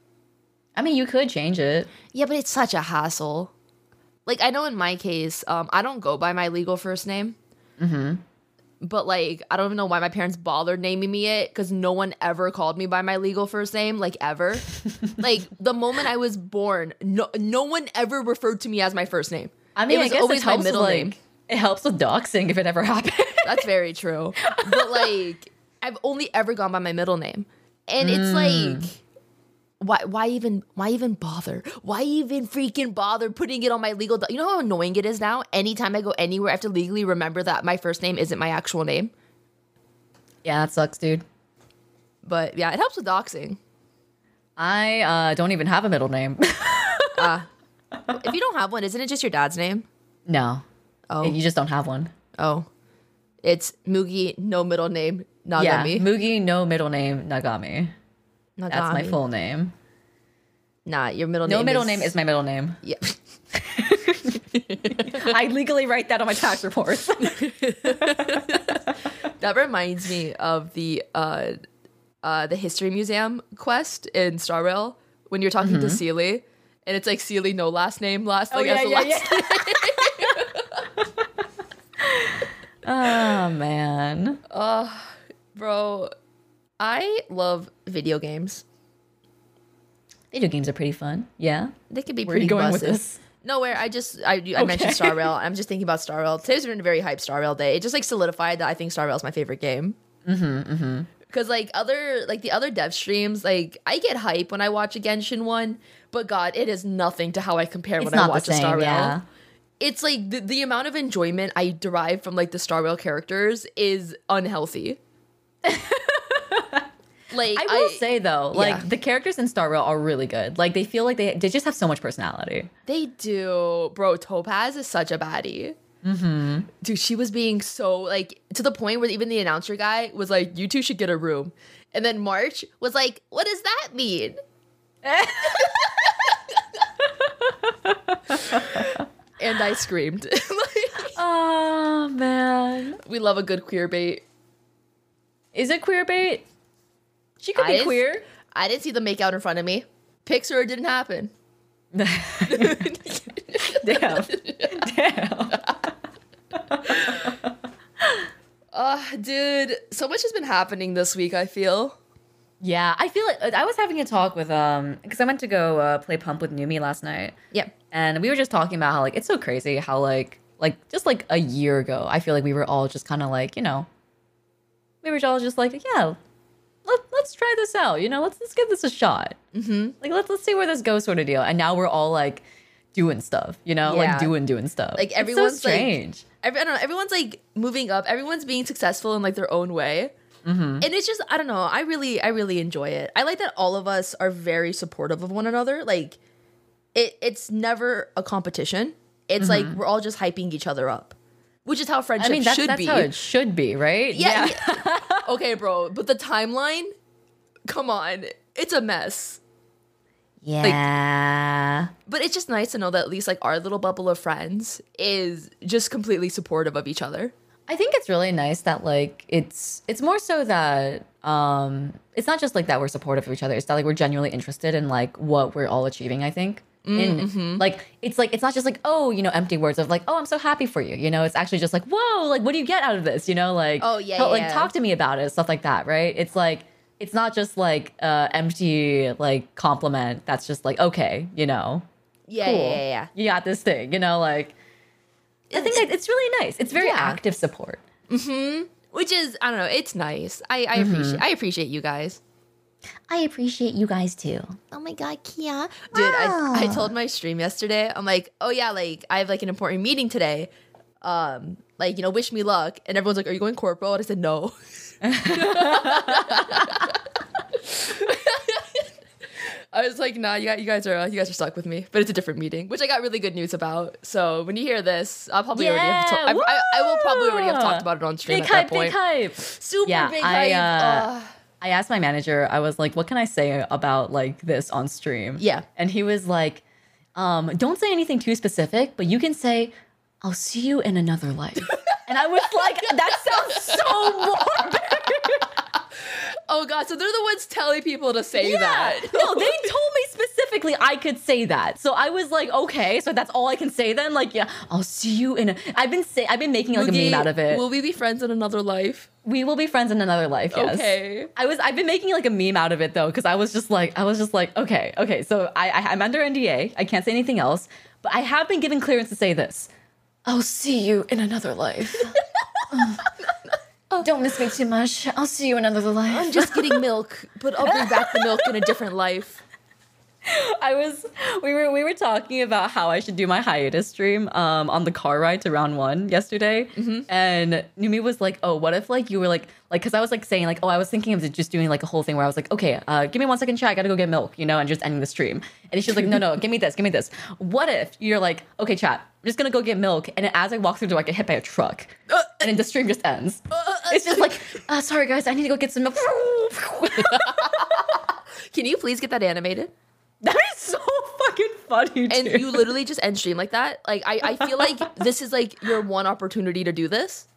[SPEAKER 2] I mean, you could change it.
[SPEAKER 1] Yeah, but it's such a hassle. Like, I know in my case, um, I don't go by my legal first name. Mm-hmm. But, like, I don't even know why my parents bothered naming me it because no one ever called me by my legal first name, like, ever. like, the moment I was born, no, no one ever referred to me as my first name.
[SPEAKER 2] I mean,
[SPEAKER 1] it
[SPEAKER 2] I
[SPEAKER 1] was
[SPEAKER 2] guess
[SPEAKER 1] always
[SPEAKER 2] it
[SPEAKER 1] my
[SPEAKER 2] helps
[SPEAKER 1] middle
[SPEAKER 2] with,
[SPEAKER 1] name.
[SPEAKER 2] Like, it helps with doxing if it ever happens.
[SPEAKER 1] That's very true. But like, I've only ever gone by my middle name, and it's
[SPEAKER 2] Mm.
[SPEAKER 1] like, why? Why even? Why even bother? Why even freaking bother putting it on my legal? doc- you know how annoying it is now. Anytime I go anywhere, I have to legally remember that my first name isn't my actual name.
[SPEAKER 2] yeah, that sucks, dude.
[SPEAKER 1] But yeah, it helps with doxing.
[SPEAKER 2] I uh, don't even have a middle name.
[SPEAKER 1] If you don't have one, isn't it just your dad's name?
[SPEAKER 2] no.
[SPEAKER 1] Oh.
[SPEAKER 2] You just don't have one.
[SPEAKER 1] Oh, it's Mugi, no middle name, Nagami.
[SPEAKER 2] yeah. Mugi, no middle name, Nagami. That's my
[SPEAKER 1] Nagami.
[SPEAKER 2] full name.
[SPEAKER 1] Nah, your middle
[SPEAKER 2] No
[SPEAKER 1] name.
[SPEAKER 2] middle
[SPEAKER 1] is,
[SPEAKER 2] name is my middle name.
[SPEAKER 1] Yeah.
[SPEAKER 2] I legally write that on my tax reports.
[SPEAKER 1] That reminds me of the uh, uh, the history museum quest in Star Rail when you're talking to Seely, and it's like Seely, no last name, last like as the last.
[SPEAKER 2] oh man.
[SPEAKER 1] Bro, I love video games.
[SPEAKER 2] Video games are pretty fun. Yeah.
[SPEAKER 1] They could be
[SPEAKER 2] Where are
[SPEAKER 1] pretty
[SPEAKER 2] you going with
[SPEAKER 1] buses.
[SPEAKER 2] this?
[SPEAKER 1] Nowhere. I just I, I mentioned Star Rail. and I'm just thinking about Star Rail. Today's been a very hype Star Rail day. It just like solidified that I think Star Rail is my favorite game.
[SPEAKER 2] Mm-hmm,
[SPEAKER 1] Because like other like the other dev streams, like I get hype when I watch a Genshin one, but God, it is nothing to how I compare
[SPEAKER 2] It's
[SPEAKER 1] when I
[SPEAKER 2] not the
[SPEAKER 1] watch a
[SPEAKER 2] same.
[SPEAKER 1] Star Rail.
[SPEAKER 2] yeah.
[SPEAKER 1] It's like the, the amount of enjoyment I derive from like the Star Rail characters is unhealthy. like
[SPEAKER 2] I will say though, like
[SPEAKER 1] yeah.
[SPEAKER 2] the characters in Star Rail are really good. Like they feel like they they just have so much personality.
[SPEAKER 1] They do, bro. Topaz is such a baddie. Mm-hmm. Dude, she was being so like to the point where even the announcer guy was like, "You two should get a room," and then March was like, "What does that mean?" and I screamed. Like,
[SPEAKER 2] Oh man.
[SPEAKER 1] we love a good queer bait.
[SPEAKER 2] Is it queer bait? She could be
[SPEAKER 1] Eyes?
[SPEAKER 2] queer.
[SPEAKER 1] I didn't see the makeout in front of me. Picks or it didn't happen.
[SPEAKER 2] Damn. Damn.
[SPEAKER 1] Ah, dude, so much has been happening this week. I feel.
[SPEAKER 2] Yeah, I feel like I was having a talk with um because I went to go uh, play pump with Numi last night.
[SPEAKER 1] Yeah.
[SPEAKER 2] and we were just talking about how like it's so crazy how like like just like a year ago i feel like we were all just kind of like you know we were all just like yeah let, let's try this out you know let's let's give this a shot mm-hmm. like let's let's see where this goes sort of deal and now we're all like doing stuff you know
[SPEAKER 1] Yeah.
[SPEAKER 2] like doing doing stuff
[SPEAKER 1] Like,
[SPEAKER 2] It's so
[SPEAKER 1] everyone's, like-
[SPEAKER 2] strange
[SPEAKER 1] every, I don't know, everyone's like moving up. Everyone's being successful in like their own way. And it's just, I don't know. I really, I really enjoy it. I like that all of us are very supportive of one another. Like, it, it's never a competition. It's like we're all just hyping each other up, which is how friendship
[SPEAKER 2] i mean that's,
[SPEAKER 1] should
[SPEAKER 2] that's
[SPEAKER 1] be.
[SPEAKER 2] how it should be right
[SPEAKER 1] yeah. yeah. okay, bro. But the timeline, come on, it's a mess.
[SPEAKER 2] yeah, Yeah.
[SPEAKER 1] But it's just nice to know that at least like our little bubble of friends is just completely supportive of each other.
[SPEAKER 2] I think it's really nice that like it's it's more so that um it's not just like that we're supportive of each other. It's that like we're genuinely interested in like what we're all achieving, I think.
[SPEAKER 1] Mm, mm-hmm.
[SPEAKER 2] And like it's like it's not just like, oh, you know, empty words of like, oh, I'm so happy for you. You know, it's actually just like, whoa, like what do you get out of this? You know, like
[SPEAKER 1] Oh, yeah,
[SPEAKER 2] help-
[SPEAKER 1] yeah.
[SPEAKER 2] like talk to me about it, stuff like that, right? It's like it's not just like uh empty like compliment that's just like, okay, you know,
[SPEAKER 1] Yeah,
[SPEAKER 2] cool.
[SPEAKER 1] yeah, yeah, yeah.
[SPEAKER 2] You got this thing, you know, like I think it- it's really nice. It's very
[SPEAKER 1] Yeah.
[SPEAKER 2] active support.
[SPEAKER 1] Which is I don't know, it's nice. I, I
[SPEAKER 2] Mm-hmm.
[SPEAKER 1] appreciate I appreciate you guys.
[SPEAKER 2] I appreciate you guys too.
[SPEAKER 3] Oh my god, Kia.
[SPEAKER 1] Dude, I, I
[SPEAKER 2] Ah.
[SPEAKER 1] told my stream yesterday, I'm like, oh yeah, like I have like an important meeting today. Um, like, you know, wish me luck. And everyone's like, Are you going corporal? And I said, No. I was like, nah, you, got, you guys are uh, you guys are stuck with me. But it's a different meeting, which I got really good news about. So when you hear this, I'll probably already have
[SPEAKER 2] Yeah,
[SPEAKER 1] to- I've- I, I will probably already have
[SPEAKER 2] woo!
[SPEAKER 1] talked about it on stream
[SPEAKER 2] Big
[SPEAKER 1] at
[SPEAKER 2] hype,
[SPEAKER 1] that point.
[SPEAKER 2] big hype.
[SPEAKER 1] Super
[SPEAKER 2] Yeah,
[SPEAKER 1] big
[SPEAKER 2] I,
[SPEAKER 1] hype.
[SPEAKER 2] uh,
[SPEAKER 1] Ugh.
[SPEAKER 2] I asked my manager, I was like, what can I say about like this on stream?
[SPEAKER 1] Yeah.
[SPEAKER 2] And he was like, um, don't say anything too specific, but you can say, I'll see you in another life. and I was like, that sounds so morbid.
[SPEAKER 1] oh god, so they're the ones telling people to say that.
[SPEAKER 2] no, they told me specifically I could say that. So I was like, okay, so that's all I can say then? Like, yeah, I'll see you in a I've been say I've been making like a
[SPEAKER 1] Boogie,
[SPEAKER 2] meme out of it.
[SPEAKER 1] Will we be friends in another life?
[SPEAKER 2] we will be friends in another life. Yes.
[SPEAKER 1] Okay.
[SPEAKER 2] I was. I've been making like a meme out of it though, because I was just like, I was just like, okay, okay. So I, I I'm under NDA. I can't say anything else, but I have been given clearance to say this. I'll see you in another life. oh, don't miss me too much. I'll see you in another life.
[SPEAKER 1] I'm just getting milk, but I'll bring back the milk in a different life.
[SPEAKER 2] I was. We were. We were talking about how I should do my hiatus stream um on the car ride to round one yesterday,
[SPEAKER 1] Mm-hmm.
[SPEAKER 2] and Numi was like, "Oh, what if like you were like like because I was like saying like, oh, I was thinking of just doing like a whole thing where I was like, okay, uh, give me one second, chat. I gotta go get milk, you know, and just ending the stream." And she was like, "No, no, give me this, give me this. What if you're like, okay, chat, I'm just gonna go get milk, and as I walk through the door, I get hit by a truck,
[SPEAKER 1] Uh,
[SPEAKER 2] and then the stream just ends. It's just like, uh, sorry guys, I need to go get some milk."
[SPEAKER 1] Can you please get that animated?
[SPEAKER 2] that is so fucking funny.
[SPEAKER 1] And
[SPEAKER 2] dude.
[SPEAKER 1] you literally just end stream like that. Like I, I feel like this is like your one opportunity to do this.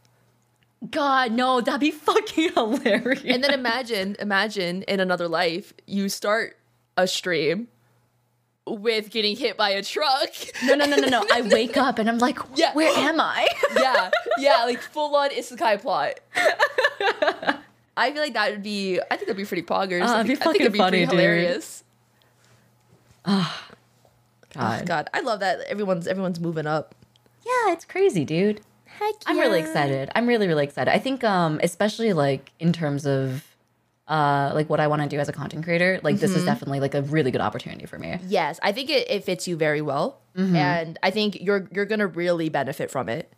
[SPEAKER 2] God, no, that'd be fucking hilarious.
[SPEAKER 1] And then imagine, imagine in another life, you start a stream with getting hit by a truck.
[SPEAKER 2] no, no, no, no, no. I wake up and I'm like,
[SPEAKER 1] Yeah.
[SPEAKER 2] where am I?
[SPEAKER 1] yeah, yeah, like full on isekai plot. I feel like that would be. I think that'd be pretty poggers. I
[SPEAKER 2] Ah, it'd be
[SPEAKER 1] think- I think it'd be
[SPEAKER 2] fucking
[SPEAKER 1] pretty
[SPEAKER 2] funny, dude.
[SPEAKER 1] hilarious.
[SPEAKER 2] God.
[SPEAKER 1] Oh, God, I love that everyone's everyone's moving up.
[SPEAKER 2] Yeah, it's crazy, dude.
[SPEAKER 3] Heck
[SPEAKER 2] I'm really
[SPEAKER 3] yeah.
[SPEAKER 2] excited. I'm really, really excited. I think, um, especially like in terms of uh, like what I want to do as a content creator, like this is definitely like a really good opportunity for me.
[SPEAKER 1] Yes, I think it, it fits you very well,
[SPEAKER 2] Mm-hmm.
[SPEAKER 1] and I think you're you're gonna really benefit from it.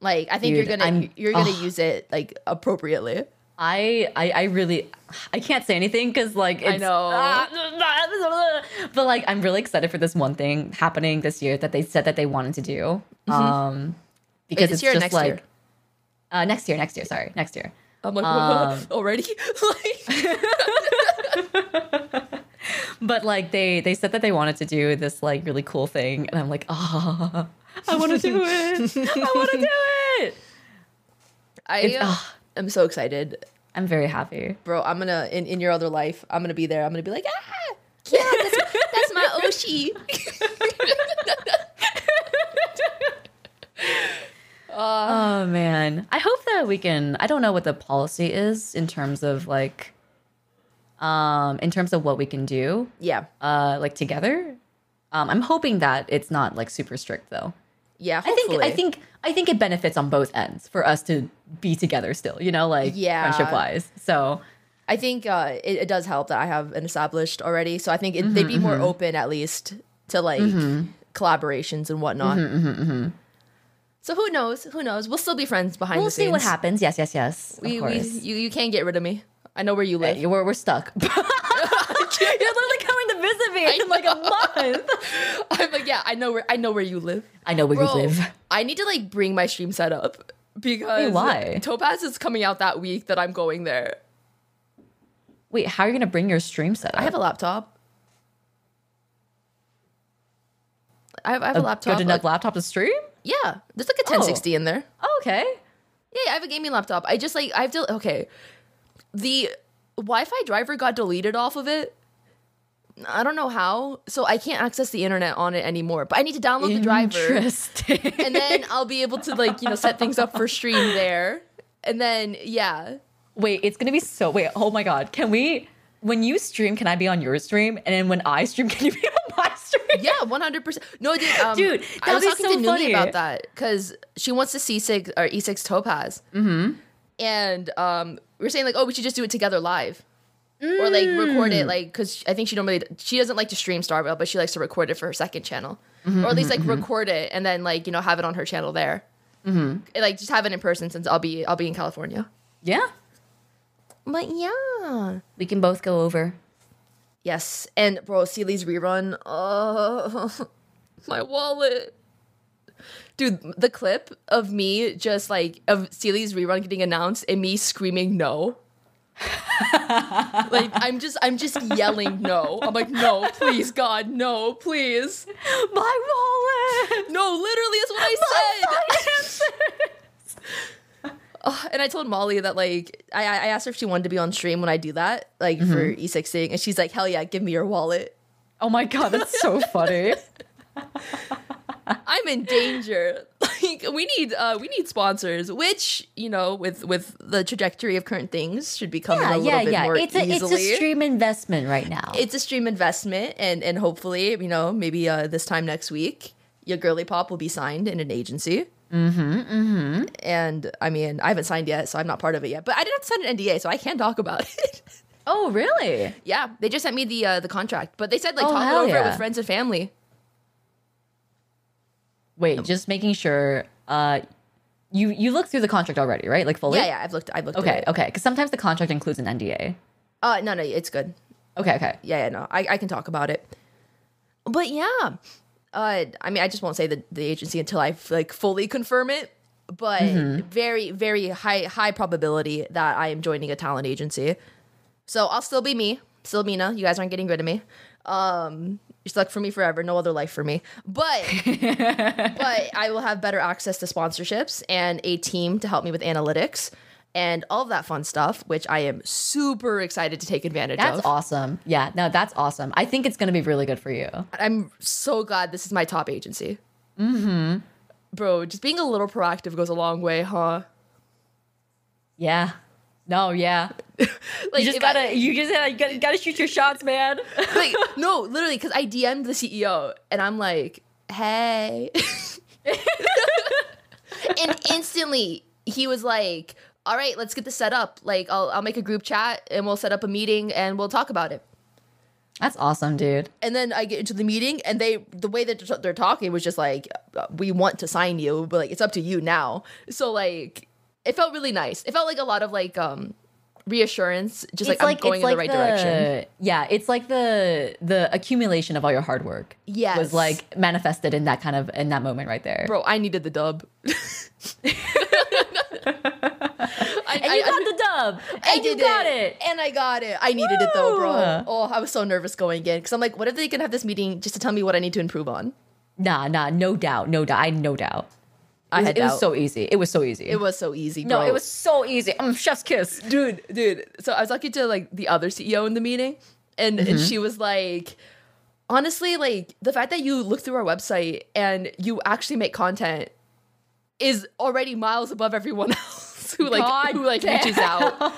[SPEAKER 1] Like I think you're
[SPEAKER 2] Dude,
[SPEAKER 1] gonna
[SPEAKER 2] I'm-
[SPEAKER 1] you're gonna use it like appropriately.
[SPEAKER 2] I, I, I really, I can't say anything because like it's,
[SPEAKER 1] know.
[SPEAKER 2] Ah, but like I'm really excited for this one thing happening this year that they said that they wanted to do. Um, because
[SPEAKER 1] this
[SPEAKER 2] it's
[SPEAKER 1] year or
[SPEAKER 2] just
[SPEAKER 1] next
[SPEAKER 2] like
[SPEAKER 1] year?
[SPEAKER 2] Uh, next year, next year. Sorry, next year.
[SPEAKER 1] I'm like
[SPEAKER 2] um,
[SPEAKER 1] already like
[SPEAKER 2] But like they they said that they wanted to do this like really cool thing, and I'm like, ah, I want to do it. I want to do it.
[SPEAKER 1] I
[SPEAKER 2] It's-
[SPEAKER 1] uh,
[SPEAKER 2] ah.
[SPEAKER 1] am so excited,
[SPEAKER 2] I'm very happy.
[SPEAKER 1] bro. I'm gonna in, in your other life. I'm gonna be there. I'm gonna be like ah, yeah, that's, that's my Oshi.
[SPEAKER 2] Oh man, I hope that we can. I don't know what the policy is in terms of like, um, in terms of what we can do,
[SPEAKER 1] Yeah,
[SPEAKER 2] uh, like together. Um, I'm hoping that it's not like super strict though.
[SPEAKER 1] yeah.
[SPEAKER 2] I think I
[SPEAKER 1] hopefully.
[SPEAKER 2] think I think it benefits on both ends for us to be together still, you know, like
[SPEAKER 1] Yeah.
[SPEAKER 2] friendship wise. So
[SPEAKER 1] I think uh, it, it does help that I have an established already. So I think it, they'd be more open at least to like collaborations and whatnot. So who knows? Who knows? mm-hmm. We'll still be friends behind
[SPEAKER 2] we'll
[SPEAKER 1] the
[SPEAKER 2] see
[SPEAKER 1] scenes.
[SPEAKER 2] what happens. Yes, yes, yes.
[SPEAKER 1] We,
[SPEAKER 2] of
[SPEAKER 1] we,
[SPEAKER 2] course.
[SPEAKER 1] you, you can't get rid of me. I know where you live.
[SPEAKER 2] Yeah, we're, we're stuck. You're literally coming to visit me in like a month.
[SPEAKER 1] I'm like, yeah, I know where I know where you live.
[SPEAKER 2] I know where
[SPEAKER 1] Bro,
[SPEAKER 2] you live.
[SPEAKER 1] I need to like bring my stream set up because
[SPEAKER 2] why?
[SPEAKER 1] Topaz is coming out that week that I'm going there.
[SPEAKER 2] Wait, how are you gonna bring your stream set up?
[SPEAKER 1] I have a laptop. I have, I have a, laptop.
[SPEAKER 2] Good
[SPEAKER 1] like-
[SPEAKER 2] enough Oh. laptop to stream?
[SPEAKER 1] yeah, there's like a 1060 in there.
[SPEAKER 2] okay.
[SPEAKER 1] Yeah, yeah, I have a gaming laptop. I just like I have to. Okay, the Wi-Fi driver got deleted off of it. I don't know how, so I can't access the internet on it anymore. But I need to download the driver,
[SPEAKER 2] Interesting.
[SPEAKER 1] and then I'll be able to like you know set things up for stream there. And then yeah,
[SPEAKER 2] Wait, it's gonna be so. Wait, oh my god, can we? When you stream, can I be on your stream? And then when I stream, can you be on my stream?
[SPEAKER 1] yeah, one hundred percent. No, dude, um,
[SPEAKER 2] Dude,
[SPEAKER 1] I
[SPEAKER 2] that'd
[SPEAKER 1] was
[SPEAKER 2] be
[SPEAKER 1] talking
[SPEAKER 2] so
[SPEAKER 1] to
[SPEAKER 2] funny.
[SPEAKER 1] Nuni about that because she wants to see six or E six Topaz, mm-hmm. and um, we are saying like, oh, we should just do it together live. Or like record
[SPEAKER 2] Mm.
[SPEAKER 1] it like because I think she normally she doesn't like to stream Star Wars, but she likes to record it for her second channel,
[SPEAKER 2] Mm-hmm,
[SPEAKER 1] or at least like record it and then like you know have it on her channel there, mm-hmm. and, like just have it in person since I'll be I'll be in California.
[SPEAKER 2] Yeah,
[SPEAKER 1] But yeah,
[SPEAKER 2] we can both go over.
[SPEAKER 1] yes, and bro, Sealy's rerun. Oh, my wallet. Dude, the clip of me just like of Sealy's rerun getting announced and me screaming no. like I'm just I'm just yelling no. I'm like no, please God, no, please.
[SPEAKER 2] My wallet.
[SPEAKER 1] No, literally that's what I said. Ugh, and I told Molly that like I I I asked her if she wanted to be on stream when I do that, like for
[SPEAKER 2] Mm-hmm.
[SPEAKER 1] E6ing, and she's like, "Hell yeah, give me your wallet.
[SPEAKER 2] Oh my god, that's so funny.
[SPEAKER 1] I'm in danger. like we need uh we need sponsors, which, you know, with with the trajectory of current things should be coming a little bit more
[SPEAKER 2] It's a
[SPEAKER 1] easily.
[SPEAKER 2] it's a stream investment right now.
[SPEAKER 1] it's a stream investment and and hopefully you know maybe uh this time next week your girly pop will be signed in an agency mm-hmm mm-hmm and i mean i haven't signed yet so i'm not part of it yet but i did have to sign an nda so i can talk about it
[SPEAKER 2] oh really?
[SPEAKER 1] yeah they just sent me the uh the contract but they said like
[SPEAKER 2] Oh,
[SPEAKER 1] talk it
[SPEAKER 2] hell
[SPEAKER 1] over
[SPEAKER 2] yeah.
[SPEAKER 1] with friends and family Um,
[SPEAKER 2] Wait, just making sure. Uh, you you looked through the contract already, right? Like fully.
[SPEAKER 1] yeah yeah i've looked i've looked
[SPEAKER 2] Okay,
[SPEAKER 1] at it.
[SPEAKER 2] okay. Because sometimes the contract includes an NDA.
[SPEAKER 1] uh no no it's good
[SPEAKER 2] Okay, okay.
[SPEAKER 1] yeah yeah no i, I can talk about it but yeah uh i mean i just won't say the, the agency until i like fully confirm it but very very high high probability that i am joining a talent agency so i'll still be me still mina you guys aren't getting rid of me um you're stuck for me forever no other life for me but but i will have better access to sponsorships and a team to help me with analytics and all of that fun stuff which i am super excited to take advantage
[SPEAKER 2] That's
[SPEAKER 1] of
[SPEAKER 2] awesome. Yeah, no, that's awesome. I think it's gonna be really good for you.
[SPEAKER 1] I'm so glad this is my top agency. Mm-hmm. Bro, just being a little proactive goes a long way, huh?
[SPEAKER 2] Yeah. No, yeah.
[SPEAKER 1] Like,
[SPEAKER 2] You just
[SPEAKER 1] if I-
[SPEAKER 2] gotta, you just gotta, you gotta, gotta shoot your shots, man.
[SPEAKER 1] like, no, literally, because I DM'd the CEO and I'm like, hey. and instantly he was like, all right, let's get this set up. Like, I'll, I'll make a group chat and we'll set up a meeting and we'll talk about it.
[SPEAKER 2] That's awesome, dude.
[SPEAKER 1] and then I get into the meeting, and they the way that they're- they're talking was just like, uh, "We want to sign you, but like it's up to you now." So like, it felt really nice. It felt like a lot of like um reassurance, just like, I'm going in the right direction.
[SPEAKER 2] Yeah, it's like the the accumulation of all your hard work.
[SPEAKER 1] Yes.
[SPEAKER 2] was like manifested in that kind of in that moment right there.
[SPEAKER 1] Bro, I needed the dub. I,
[SPEAKER 2] and you got the dub, and you got it.
[SPEAKER 1] and I got it. I needed it though, bro.
[SPEAKER 2] Woo!
[SPEAKER 1] Oh, I was so nervous going in because I'm like, what if they can have this meeting just to tell me what I need to improve on?
[SPEAKER 2] Nah, nah, no doubt, no doubt. I no doubt.
[SPEAKER 1] I
[SPEAKER 2] it was,
[SPEAKER 1] had
[SPEAKER 2] it was
[SPEAKER 1] doubt.
[SPEAKER 2] so easy. It was so easy.
[SPEAKER 1] It was so easy.
[SPEAKER 2] no,
[SPEAKER 1] bro.
[SPEAKER 2] it was so easy. I'm chef's kiss.
[SPEAKER 1] dude, dude. So I was talking to like the other CEO in the meeting, and, and she was like, honestly, like the fact that you look through our website and you actually make content is already miles above everyone else who like
[SPEAKER 2] God
[SPEAKER 1] who like reaches out.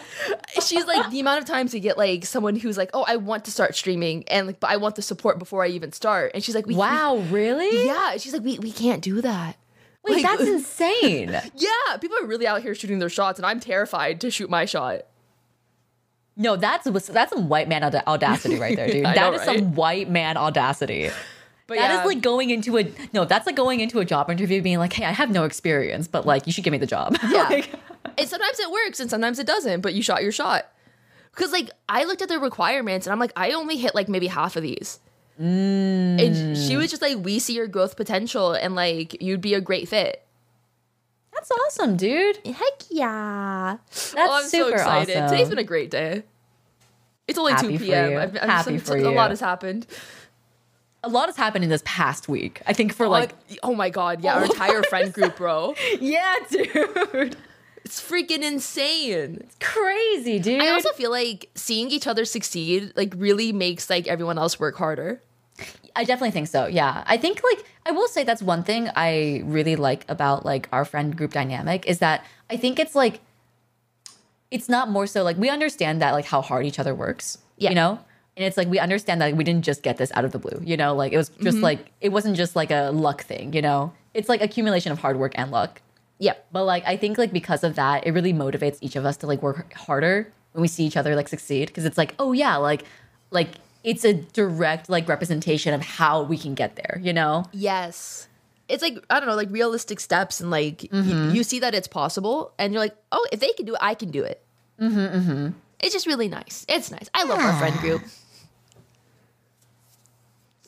[SPEAKER 1] She's like the amount of times you get like someone who's like, oh, I want to start streaming, and like, but I want the support before I even start, and she's like, we,
[SPEAKER 2] Wow,
[SPEAKER 1] we-
[SPEAKER 2] really?
[SPEAKER 1] yeah, she's like, we we can't do that.
[SPEAKER 2] Wait,
[SPEAKER 1] Like-
[SPEAKER 2] that's insane.
[SPEAKER 1] yeah, people are really out here shooting their shots, and I'm terrified to shoot my shot.
[SPEAKER 2] No, that's that's some white man auda- audacity right there, dude.
[SPEAKER 1] I
[SPEAKER 2] That is
[SPEAKER 1] know,
[SPEAKER 2] some white man audacity.
[SPEAKER 1] But
[SPEAKER 2] That is
[SPEAKER 1] yeah.
[SPEAKER 2] like going into a no. That's like going into a job interview, being like, "Hey, I have no experience, but like, you should give me the job."
[SPEAKER 1] Yeah.
[SPEAKER 2] Like,
[SPEAKER 1] and sometimes it works and sometimes it doesn't, but you shot your shot. Cause like I looked at the requirements and I'm like, I only hit like maybe half of these. And she was just like, we see your growth potential and like you'd be a great fit.
[SPEAKER 2] that's awesome, dude.
[SPEAKER 1] Heck yeah. That's
[SPEAKER 2] That's super awesome.
[SPEAKER 1] Today's been a great day. It's only
[SPEAKER 2] Happy
[SPEAKER 1] 2
[SPEAKER 2] for
[SPEAKER 1] p.m.
[SPEAKER 2] you.
[SPEAKER 1] I've, I've some-
[SPEAKER 2] Happy for
[SPEAKER 1] A lot
[SPEAKER 2] you.
[SPEAKER 1] has happened.
[SPEAKER 2] a lot has happened in this past week. I think for like,
[SPEAKER 1] Like, oh my god, yeah, our entire friend group, bro.
[SPEAKER 2] yeah, dude,
[SPEAKER 1] It's freaking insane.
[SPEAKER 2] crazy, dude.
[SPEAKER 1] I also feel like seeing each other succeed like really makes like everyone else work harder.
[SPEAKER 2] I definitely think so. Yeah. I think like I will say that's one thing I really like about like our friend group dynamic is that I think it's like it's not more so like we understand that like how hard each other works.
[SPEAKER 1] Yeah.
[SPEAKER 2] You know? And it's like we understand that we didn't just get this out of the blue, you know? Like it was just like it wasn't just like a luck thing, you know? It's like accumulation of hard work and luck.
[SPEAKER 1] Yep.
[SPEAKER 2] But like I think like because of that, it really motivates each of us to like work harder when we see each other like succeed because it's like, oh yeah, like like it's a direct like representation of how we can get there, you know?
[SPEAKER 1] Yes. It's like I don't know, like realistic steps, and like y- you see that it's possible, and you're like, oh, if they can do it, I can do it. Mm-hmm, It's just really nice. It's nice. I love our friend group.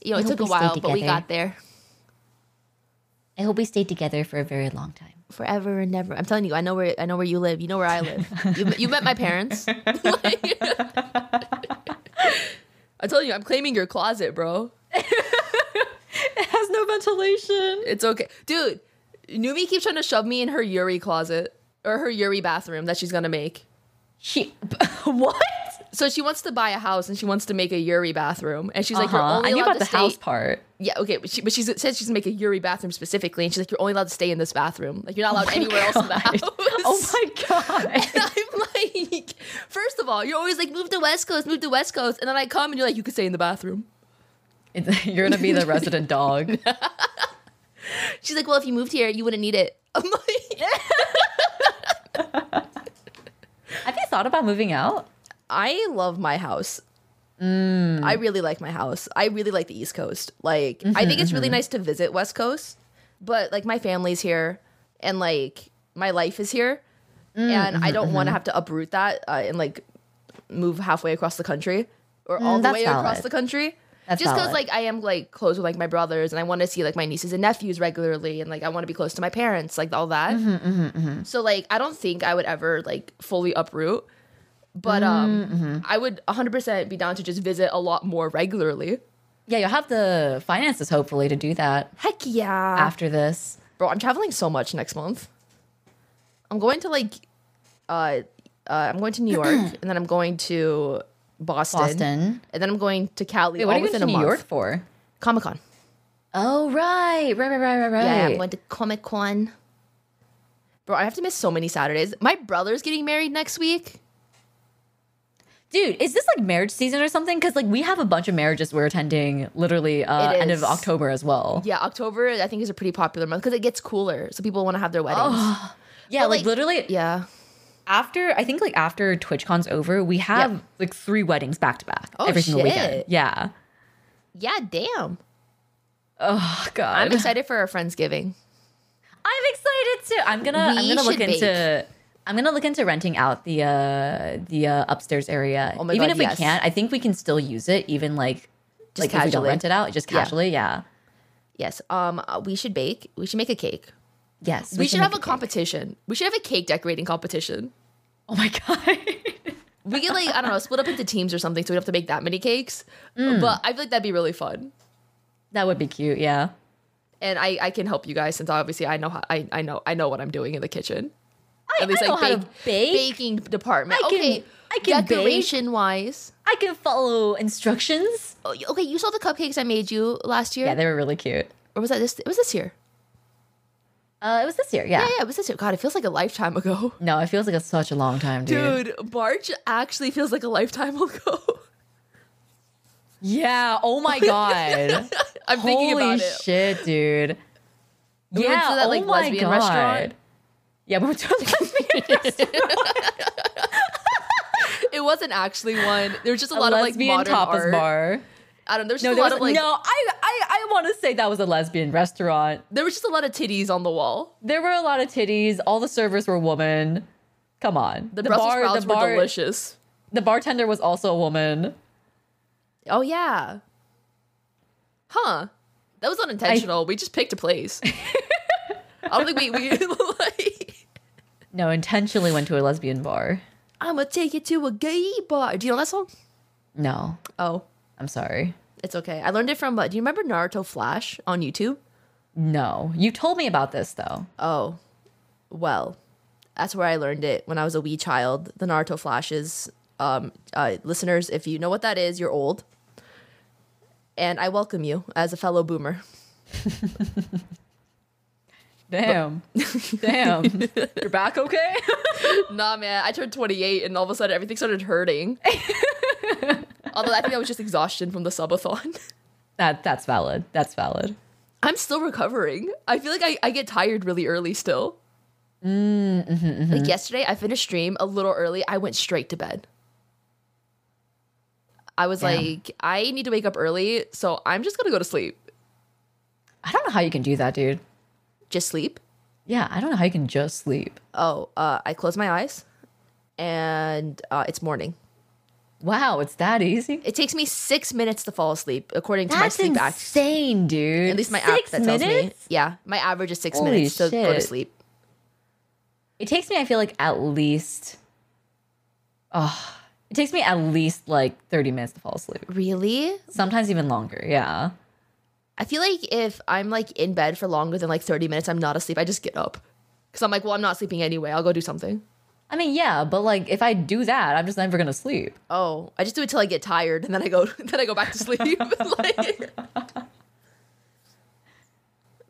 [SPEAKER 1] You know,
[SPEAKER 2] I
[SPEAKER 1] it
[SPEAKER 2] hope
[SPEAKER 1] took a
[SPEAKER 2] we stay
[SPEAKER 1] while, but we
[SPEAKER 2] together.
[SPEAKER 1] got there
[SPEAKER 2] I hope we stay together for a very long time.
[SPEAKER 1] forever and ever. I'm telling you, I know where I know where you live. You know where I live. you, you met my parents. Like- I'm telling you, I'm claiming your closet, bro.
[SPEAKER 2] It has no ventilation.
[SPEAKER 1] It's okay. Dude, Numi keeps trying to shove me in her Yuri closet or her Yuri bathroom that she's gonna make.
[SPEAKER 2] She what?
[SPEAKER 1] So she wants to buy a house and she wants to make a Yuri bathroom. And she's like, you're
[SPEAKER 2] Uh-huh.
[SPEAKER 1] only
[SPEAKER 2] I knew
[SPEAKER 1] allowed
[SPEAKER 2] about
[SPEAKER 1] to
[SPEAKER 2] the
[SPEAKER 1] stay.
[SPEAKER 2] house part.
[SPEAKER 1] Yeah, okay. But she, but she says she's gonna make a Yuri bathroom specifically. And she's like, you're only allowed to stay in this bathroom. Like, you're not allowed anywhere else in the house.
[SPEAKER 2] Oh my god.
[SPEAKER 1] And I'm like, first of all, you're always like, move to West Coast, move to West Coast. And then I come and you're like, you could stay in the bathroom.
[SPEAKER 2] It's- you're gonna be the resident dog.
[SPEAKER 1] She's like, well, if you moved here, you wouldn't need it. I'm like,
[SPEAKER 2] Have you thought about moving out?
[SPEAKER 1] I love my house.
[SPEAKER 2] Mm.
[SPEAKER 1] I really like my house. I really like the East Coast. Like,
[SPEAKER 2] Mm-hmm,
[SPEAKER 1] I think it's really nice to visit West Coast, but like my family's here and like my life is here.
[SPEAKER 2] Mm,
[SPEAKER 1] and
[SPEAKER 2] mm-hmm,
[SPEAKER 1] I don't want to have to uproot that uh, and like move halfway across the country or all the
[SPEAKER 2] Mm, that's
[SPEAKER 1] way across
[SPEAKER 2] valid.
[SPEAKER 1] the country.
[SPEAKER 2] That's
[SPEAKER 1] Just because
[SPEAKER 2] valid.
[SPEAKER 1] like I am like close with like my brothers and I want to see like my nieces and nephews regularly and like I want to be close to my parents, like all that.
[SPEAKER 2] Mm-hmm,
[SPEAKER 1] So like I don't think I would ever like fully uproot. But um,
[SPEAKER 2] Mm-hmm,
[SPEAKER 1] I would 100% be down to just visit a lot more regularly.
[SPEAKER 2] Yeah, you'll have the finances hopefully to do that
[SPEAKER 1] Heck yeah.
[SPEAKER 2] after this.
[SPEAKER 1] Bro, I'm traveling so much next month. I'm going to like uh, uh I'm going to New York and then I'm going to Boston,
[SPEAKER 2] Boston.
[SPEAKER 1] and then I'm going to Cali
[SPEAKER 2] Wait,
[SPEAKER 1] all
[SPEAKER 2] what are you
[SPEAKER 1] within
[SPEAKER 2] going
[SPEAKER 1] a
[SPEAKER 2] to New
[SPEAKER 1] month.
[SPEAKER 2] York for?
[SPEAKER 1] Comic Con.
[SPEAKER 2] Oh right, right, right, right, right, right.
[SPEAKER 1] Yeah, I'm going to Comic Con. Bro, I have to miss so many Saturdays. My brother's getting married next week.
[SPEAKER 2] Dude, is this like marriage season or something? Because like we have a bunch of marriages we're attending literally uh,
[SPEAKER 1] It
[SPEAKER 2] end of
[SPEAKER 1] is.
[SPEAKER 2] October as well.
[SPEAKER 1] Yeah, October I think is a pretty popular month because it gets cooler, so people want to have their weddings.
[SPEAKER 2] Yeah,
[SPEAKER 1] But,
[SPEAKER 2] like,
[SPEAKER 1] like-
[SPEAKER 2] literally
[SPEAKER 1] Yeah.
[SPEAKER 2] after I think like after TwitchCon's over, we have
[SPEAKER 1] Yeah.
[SPEAKER 2] like three weddings back to back
[SPEAKER 1] Oh,
[SPEAKER 2] every single weekend.
[SPEAKER 1] shit.
[SPEAKER 2] Yeah.
[SPEAKER 1] Yeah, damn.
[SPEAKER 2] Oh god.
[SPEAKER 1] I'm excited for our Friendsgiving.
[SPEAKER 2] I'm excited too. I'm gonna I'm
[SPEAKER 1] We
[SPEAKER 2] gonna look
[SPEAKER 1] should bake.
[SPEAKER 2] into I'm gonna look into renting out the uh the uh, upstairs area.
[SPEAKER 1] Oh my
[SPEAKER 2] even
[SPEAKER 1] God,
[SPEAKER 2] if we
[SPEAKER 1] yes.
[SPEAKER 2] can't, I think we can still use it even like
[SPEAKER 1] Just
[SPEAKER 2] like if we don't
[SPEAKER 1] casually.
[SPEAKER 2] rent it out, just
[SPEAKER 1] Yeah.
[SPEAKER 2] casually, yeah.
[SPEAKER 1] Yes. Um uh, we should bake. We should make a cake.
[SPEAKER 2] Yes.
[SPEAKER 1] We, should
[SPEAKER 2] can
[SPEAKER 1] have a
[SPEAKER 2] make cake.
[SPEAKER 1] competition. We should have a cake decorating competition.
[SPEAKER 2] Oh my god.
[SPEAKER 1] We could like I don't know, split up into teams or something, so we don't have to make that many cakes. But I feel like that'd be really fun,
[SPEAKER 2] that would be cute, yeah.
[SPEAKER 1] and I I can help you guys since obviously I know how I I know I know what I'm doing in the kitchen.
[SPEAKER 2] I, I know how to bake.
[SPEAKER 1] baking department.
[SPEAKER 2] I can-
[SPEAKER 1] okay,
[SPEAKER 2] I can bake.
[SPEAKER 1] decoration wise.
[SPEAKER 2] I can follow instructions.
[SPEAKER 1] Oh, Okay, you saw the cupcakes I made you last year,
[SPEAKER 2] Yeah, they were really cute.
[SPEAKER 1] or was that this? It was this year.
[SPEAKER 2] Uh, it was this year, yeah.
[SPEAKER 1] Yeah, yeah, it was this year. God, it feels like a lifetime ago,
[SPEAKER 2] No, it feels like it's such a long time, dude.
[SPEAKER 1] dude. March actually feels like a lifetime ago.
[SPEAKER 2] Yeah. Oh my god.
[SPEAKER 1] I'm thinking
[SPEAKER 2] Holy
[SPEAKER 1] about it.
[SPEAKER 2] shit, dude.
[SPEAKER 1] went
[SPEAKER 2] yeah.
[SPEAKER 1] to that,
[SPEAKER 2] oh
[SPEAKER 1] like,
[SPEAKER 2] my
[SPEAKER 1] lesbian
[SPEAKER 2] god.
[SPEAKER 1] restaurant.
[SPEAKER 2] Yeah, we went to a lesbian
[SPEAKER 1] It wasn't actually one. There was just a, lot
[SPEAKER 2] lesbian
[SPEAKER 1] of like modern
[SPEAKER 2] tapas
[SPEAKER 1] art.
[SPEAKER 2] bar.
[SPEAKER 1] I don't know. There was just
[SPEAKER 2] No,
[SPEAKER 1] a
[SPEAKER 2] there
[SPEAKER 1] lot
[SPEAKER 2] was,
[SPEAKER 1] of like
[SPEAKER 2] no. I I, I want to say that was a lesbian restaurant.
[SPEAKER 1] there was just a lot of titties on the wall.
[SPEAKER 2] There were a lot of titties. All the servers were women. Come on.
[SPEAKER 1] The, Brussels sprouts were delicious.
[SPEAKER 2] The bartender was also a woman.
[SPEAKER 1] Oh yeah. Huh. That was unintentional. we just picked a place. I don't think we we like
[SPEAKER 2] No, intentionally went to a lesbian bar.
[SPEAKER 1] I'ma take you to a gay bar. Do you know that song?
[SPEAKER 2] No,
[SPEAKER 1] Oh.
[SPEAKER 2] I'm sorry.
[SPEAKER 1] It's okay. I learned it from. Uh, do you remember Naruto Flash on YouTube?
[SPEAKER 2] No, you told me about this though.
[SPEAKER 1] Oh, well, that's where I learned it when I was a wee child. The Naruto flashes. Um, uh, listeners, if you know what that is, you're old. And I welcome you as a fellow boomer.
[SPEAKER 2] Damn, damn, you're back okay?
[SPEAKER 1] nah, man, I turned 28 and all of a sudden everything started hurting. Although I think that was just exhaustion from the subathon.
[SPEAKER 2] that that's valid. That's valid.
[SPEAKER 1] I'm still recovering. I feel like I, I get tired really early still.
[SPEAKER 2] Mm-hmm,
[SPEAKER 1] Like yesterday, I finished stream a little early. I went straight to bed. I was
[SPEAKER 2] Damn.
[SPEAKER 1] like, I need to wake up early, so I'm just gonna go to sleep.
[SPEAKER 2] I don't know how you can do that, dude.
[SPEAKER 1] Just sleep.
[SPEAKER 2] Yeah, I don't know how you can just sleep.
[SPEAKER 1] Oh, uh, I close my eyes, and uh, it's morning.
[SPEAKER 2] Wow, it's that easy.
[SPEAKER 1] It takes me six minutes to fall asleep, according to
[SPEAKER 2] That's
[SPEAKER 1] my sleep act.
[SPEAKER 2] insane, dude.
[SPEAKER 1] At least my
[SPEAKER 2] Six
[SPEAKER 1] app that
[SPEAKER 2] minutes?
[SPEAKER 1] tells me. Yeah, my average is six
[SPEAKER 2] Holy
[SPEAKER 1] minutes to go to
[SPEAKER 2] shit.
[SPEAKER 1] sleep.
[SPEAKER 2] It takes me, I feel like, at least. Oh, it takes me at least like 30 minutes to fall asleep.
[SPEAKER 1] Really?
[SPEAKER 2] Sometimes even longer. Yeah.
[SPEAKER 1] I feel like if I'm like in bed for longer than like 30 minutes, I'm not asleep. I just get up. Cause I'm like, well, I'm not sleeping anyway. I'll go do something.
[SPEAKER 2] I mean, yeah, but like if I do that, I'm just never gonna sleep.
[SPEAKER 1] Oh, I just do it till I get tired and then I go then I go back to sleep. Like-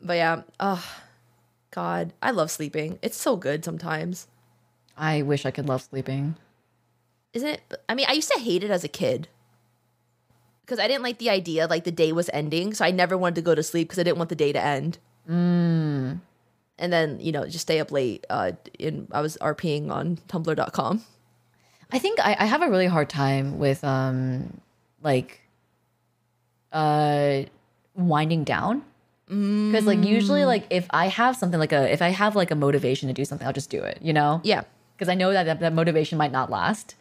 [SPEAKER 1] but yeah, oh God. I love sleeping. It's so good sometimes.
[SPEAKER 2] I wish I could love sleeping.
[SPEAKER 1] Isn't it I mean, I used to hate it as a kid. Because I didn't like the idea like the day was ending, so I never wanted to go to sleep because I didn't want the day to end.
[SPEAKER 2] Mm.
[SPEAKER 1] And then, you know, just stay up late. Uh in I was RPing on Tumblr.com.
[SPEAKER 2] I think I, I have a really hard time with um like uh winding down. Because like usually like if I have something like a if I have like a motivation to do something, I'll just do it, you know?
[SPEAKER 1] Yeah.
[SPEAKER 2] Because I know that, that that motivation might not last.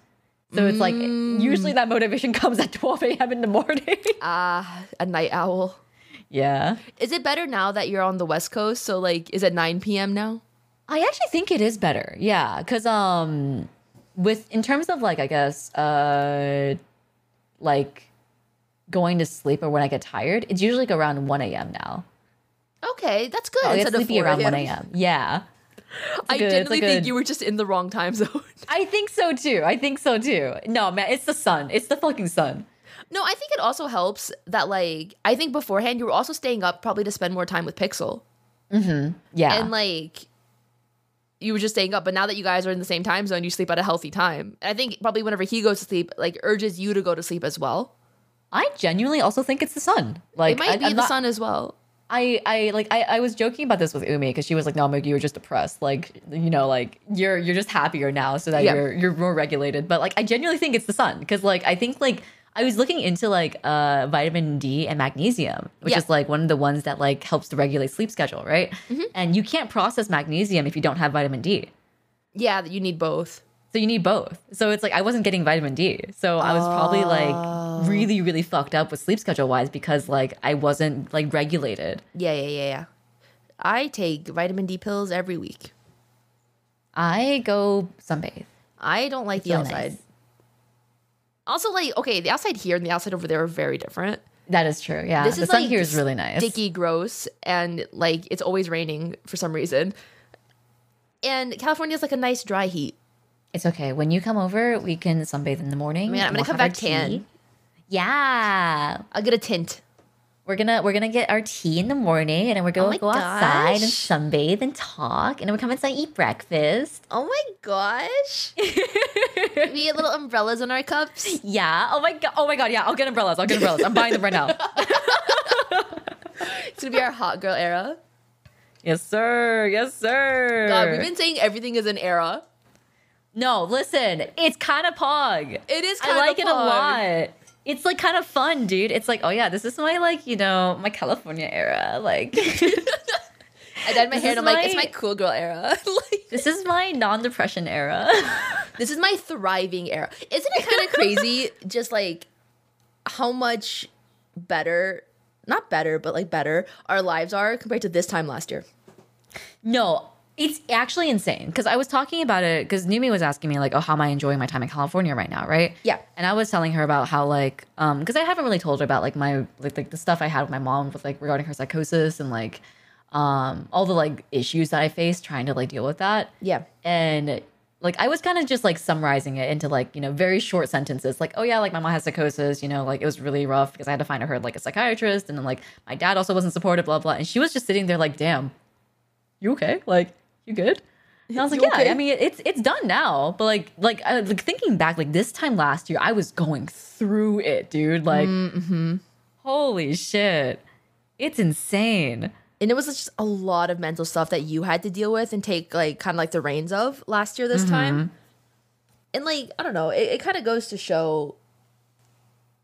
[SPEAKER 2] So it's like usually that motivation comes at 12 a.m. in the morning.
[SPEAKER 1] Ah, a night owl.
[SPEAKER 2] yeah.
[SPEAKER 1] Is it better now that you're on the West Coast? So like, is it 9 p.m. now?
[SPEAKER 2] I actually think it is better. Yeah, cuz um with in terms of like I guess uh like going to sleep or when I get tired, it's usually like around 1 a.m. now.
[SPEAKER 1] Okay, that's good.
[SPEAKER 2] I get
[SPEAKER 1] Instead of
[SPEAKER 2] Oh, sleepy
[SPEAKER 1] 4
[SPEAKER 2] around 1
[SPEAKER 1] a.m.
[SPEAKER 2] a.m. Yeah.
[SPEAKER 1] I
[SPEAKER 2] It's a good- it's a
[SPEAKER 1] genuinely think
[SPEAKER 2] good-
[SPEAKER 1] you were just in the wrong time zone.
[SPEAKER 2] I think so too. I think so too. No, man, it's the sun. It's the fucking sun.
[SPEAKER 1] no, I think it also helps that like I think beforehand you were also staying up probably to spend more time with Pixel
[SPEAKER 2] Yeah.
[SPEAKER 1] and like you were just staying up. But now that you guys are in the same time zone, you sleep at a healthy time. And I think probably whenever he goes to sleep, like urges you to go to sleep as well.
[SPEAKER 2] I genuinely also think it's the sun. Like
[SPEAKER 1] It might
[SPEAKER 2] I,
[SPEAKER 1] be
[SPEAKER 2] I'm
[SPEAKER 1] the
[SPEAKER 2] not-
[SPEAKER 1] sun as well.
[SPEAKER 2] I, I like I, I was joking about this with Umi because she was like, "No, Moog, you were just depressed. Like, you know, like you're you're just happier now, so that
[SPEAKER 1] Yeah.
[SPEAKER 2] you're you're more regulated." But like, I genuinely think it's the sun because like I think like I was looking into like uh vitamin D and magnesium, which
[SPEAKER 1] Yeah.
[SPEAKER 2] is like one of the ones that like helps to regulate sleep schedule, right?
[SPEAKER 1] Mm-hmm.
[SPEAKER 2] And you can't process magnesium if you don't have vitamin D,
[SPEAKER 1] Yeah, you need both.
[SPEAKER 2] so you need both. So it's like I wasn't getting vitamin D, so I was probably
[SPEAKER 1] Oh.
[SPEAKER 2] like really really fucked up with sleep schedule wise because like I wasn't like regulated.
[SPEAKER 1] Yeah, yeah, yeah, yeah. I take vitamin D pills every week.
[SPEAKER 2] I go sunbathe.
[SPEAKER 1] I don't like the
[SPEAKER 2] feel
[SPEAKER 1] outside.
[SPEAKER 2] nice.
[SPEAKER 1] Also, like, okay, the outside here and the outside over there are very different.
[SPEAKER 2] That is true. Yeah,
[SPEAKER 1] This
[SPEAKER 2] the
[SPEAKER 1] is
[SPEAKER 2] sun
[SPEAKER 1] like
[SPEAKER 2] here is really nice.
[SPEAKER 1] Sticky, gross, and like it's always raining for some reason. And California's like a nice dry heat.
[SPEAKER 2] It's okay. When you come over, we can sunbathe in the morning.
[SPEAKER 1] Man, Oh I'm
[SPEAKER 2] and
[SPEAKER 1] gonna
[SPEAKER 2] we'll
[SPEAKER 1] come
[SPEAKER 2] have our
[SPEAKER 1] back tan.
[SPEAKER 2] tea. Yeah,
[SPEAKER 1] I'll get a tint.
[SPEAKER 2] we're gonna we're gonna get our tea in the morning, and then we're gonna
[SPEAKER 1] Oh my
[SPEAKER 2] go outside and
[SPEAKER 1] gosh.
[SPEAKER 2] sunbathe and talk, and then we come inside and eat breakfast.
[SPEAKER 1] Oh my gosh. we get little umbrellas in our cups.
[SPEAKER 2] Yeah. Oh my god. Oh my god. Yeah. I'll get umbrellas. I'll get umbrellas. I'm buying them right now.
[SPEAKER 1] It's gonna be our hot girl era.
[SPEAKER 2] yes, sir. Yes, sir.
[SPEAKER 1] God, we've been saying everything is an era.
[SPEAKER 2] no, listen. It's kind of pog.
[SPEAKER 1] It is kind
[SPEAKER 2] I
[SPEAKER 1] of
[SPEAKER 2] like it a lot. It's like kind of fun, dude. It's like, oh yeah, this is my like, you know, my California era. Like,
[SPEAKER 1] I dyed my
[SPEAKER 2] This
[SPEAKER 1] hair and
[SPEAKER 2] is
[SPEAKER 1] I'm like, it's
[SPEAKER 2] my-
[SPEAKER 1] my cool girl era. like,
[SPEAKER 2] this is my non-depression era.
[SPEAKER 1] This is my thriving era. Isn't it kind of crazy just like how much better, not better, but like better our lives are compared to this time last year?
[SPEAKER 2] no, It's actually insane because I was talking about it because Numi was asking me like, "Oh, how am I enjoying my time in California right now?" Right?
[SPEAKER 1] Yeah.
[SPEAKER 2] And I was telling her about how like, um, because I haven't really told her about like my like like the stuff I had with my mom with like regarding her psychosis and like, um, all the like issues that I faced trying to like deal with that.
[SPEAKER 1] Yeah.
[SPEAKER 2] And like I was kind of just like summarizing it into like, you know, very short sentences. Like, oh yeah, like my mom has psychosis, you know, like it was really rough because I had to find her like a psychiatrist and then like my dad also wasn't supportive, blah blah. And she was just sitting there like, damn, you okay? Like, you good? And I was like,
[SPEAKER 1] You
[SPEAKER 2] yeah,
[SPEAKER 1] okay?
[SPEAKER 2] I mean, it's it's done now, but like like I, like thinking back, like this time last year, I was going through it, dude. Like,
[SPEAKER 1] Mm-hmm.
[SPEAKER 2] holy shit, it's insane.
[SPEAKER 1] And it was just a lot of mental stuff that you had to deal with and take like kind of like the reins of last year this time. And like, I don't know, it, it kind of goes to show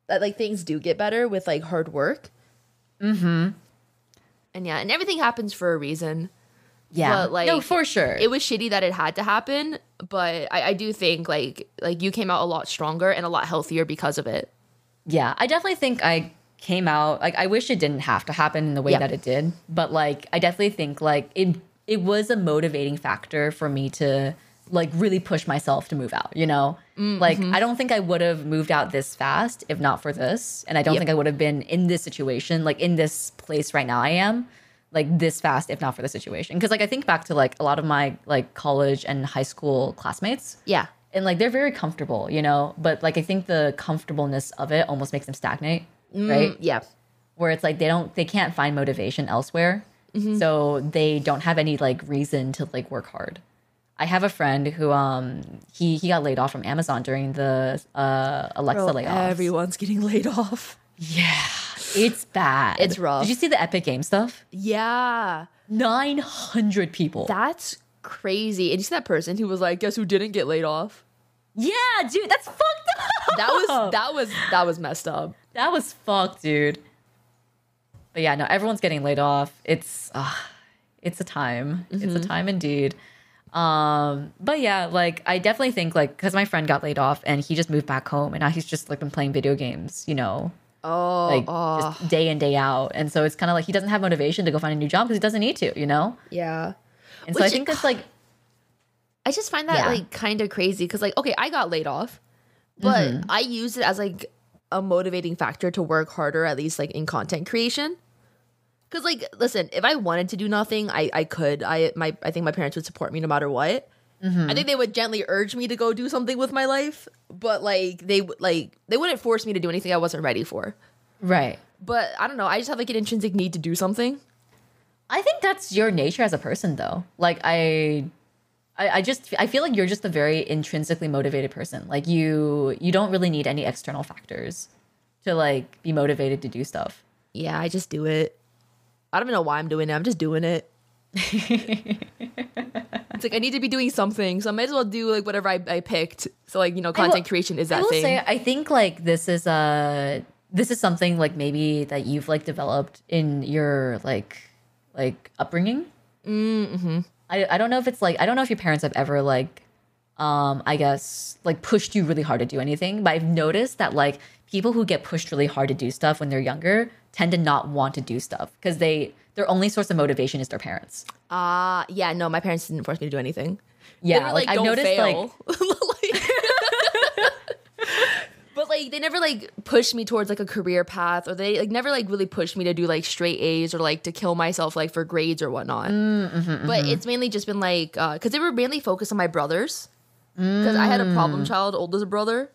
[SPEAKER 1] that like things do get better with like hard work. Mm-hmm. And yeah, and everything happens for a reason.
[SPEAKER 2] Yeah,
[SPEAKER 1] But, like,
[SPEAKER 2] no, for sure.
[SPEAKER 1] It was shitty that it had to happen, but I, I do think like like you came out a lot stronger and a lot healthier because of it.
[SPEAKER 2] yeah, I definitely think I came out like I wish it didn't have to happen in the way
[SPEAKER 1] Yeah.
[SPEAKER 2] that it did, but like I definitely think like it it was a motivating factor for me to like really push myself to move out, you know?
[SPEAKER 1] Mm-hmm.
[SPEAKER 2] Like I don't think I would have moved out this fast if not for this, and I don't
[SPEAKER 1] Yep.
[SPEAKER 2] think I would have been in this situation, like in this place right now I am. Like this fast, if not for the situation, because like I think back to like a lot of my like college and high school classmates,
[SPEAKER 1] Yeah.
[SPEAKER 2] and like they're very comfortable, you know. But like I think the comfortableness of it almost makes them stagnate,
[SPEAKER 1] Mm,
[SPEAKER 2] right?
[SPEAKER 1] Yeah.
[SPEAKER 2] Where it's like they don't, they can't find motivation elsewhere,
[SPEAKER 1] Mm-hmm.
[SPEAKER 2] so they don't have any like reason to like work hard. I have a friend who um he he got laid off from Amazon during the uh Alexa layoffs.
[SPEAKER 1] everyone's getting laid off.
[SPEAKER 2] yeah, it's bad.
[SPEAKER 1] It's rough.
[SPEAKER 2] Did you see the Epic Game stuff?
[SPEAKER 1] Yeah.
[SPEAKER 2] Nine hundred people.
[SPEAKER 1] That's crazy. And you see that person who was like, guess who didn't get laid off?
[SPEAKER 2] yeah, dude, that's fucked up.
[SPEAKER 1] That was that was that was messed up.
[SPEAKER 2] That was fucked, dude. But yeah, no, everyone's getting laid off. It's uh, it's a time. It's a time indeed. Um, but yeah, like I definitely think like because my friend got laid off and he just moved back home and now he's just like been playing video games, you know,
[SPEAKER 1] Oh,
[SPEAKER 2] like
[SPEAKER 1] oh.
[SPEAKER 2] just day in day out. And so it's kind of like he doesn't have motivation to go find a new job because he doesn't need to, you know.
[SPEAKER 1] yeah.
[SPEAKER 2] And so
[SPEAKER 1] Which-
[SPEAKER 2] I think that's like
[SPEAKER 1] I just find that
[SPEAKER 2] Yeah.
[SPEAKER 1] like kind of crazy because like okay, I got laid off, but I used it as like a motivating factor to work harder, at least like in content creation. Cause like, listen, if I wanted to do nothing, I I could. I my I think my parents would support me no matter what. I think they would gently urge me to go do something with my life, but like they would like they wouldn't force me to do anything I wasn't ready for.
[SPEAKER 2] right.
[SPEAKER 1] But I don't know. I just have like an intrinsic need to do something.
[SPEAKER 2] I think that's your nature as a person, though. Like I, I, I just I feel like you're just a very intrinsically motivated person. Like you, you don't really need any external factors to like be motivated to do stuff.
[SPEAKER 1] Yeah, I just do it. I don't even know why I'm doing it. I'm just doing it. it's like I need to be doing something, so I might as well do like whatever I, I picked. So like you know,
[SPEAKER 2] will-
[SPEAKER 1] content creation is
[SPEAKER 2] I
[SPEAKER 1] that
[SPEAKER 2] will
[SPEAKER 1] thing.
[SPEAKER 2] say, I think like this is uh this is something like maybe that you've like developed in your like like upbringing. Mm-hmm. I I don't know if it's like I don't know if your parents have ever like um I guess like pushed you really hard to do anything, but I've noticed that like people who get pushed really hard to do stuff when they're younger tend to not want to do stuff because they their only source of motivation is their parents.
[SPEAKER 1] Ah, yeah, no, my parents didn't force me to do anything. They
[SPEAKER 2] Yeah,
[SPEAKER 1] were
[SPEAKER 2] like, I've
[SPEAKER 1] "Don't
[SPEAKER 2] noticed like
[SPEAKER 1] fail." Like- But like they never like pushed me towards like a career path, or they like never like really pushed me to do like straight A's or like to kill myself like for grades or whatnot.
[SPEAKER 2] Mm, mm-hmm,
[SPEAKER 1] But it's mainly just been like because they were mainly focused on my brothers because I had a
[SPEAKER 2] Mm.
[SPEAKER 1] problem child, oldest brother,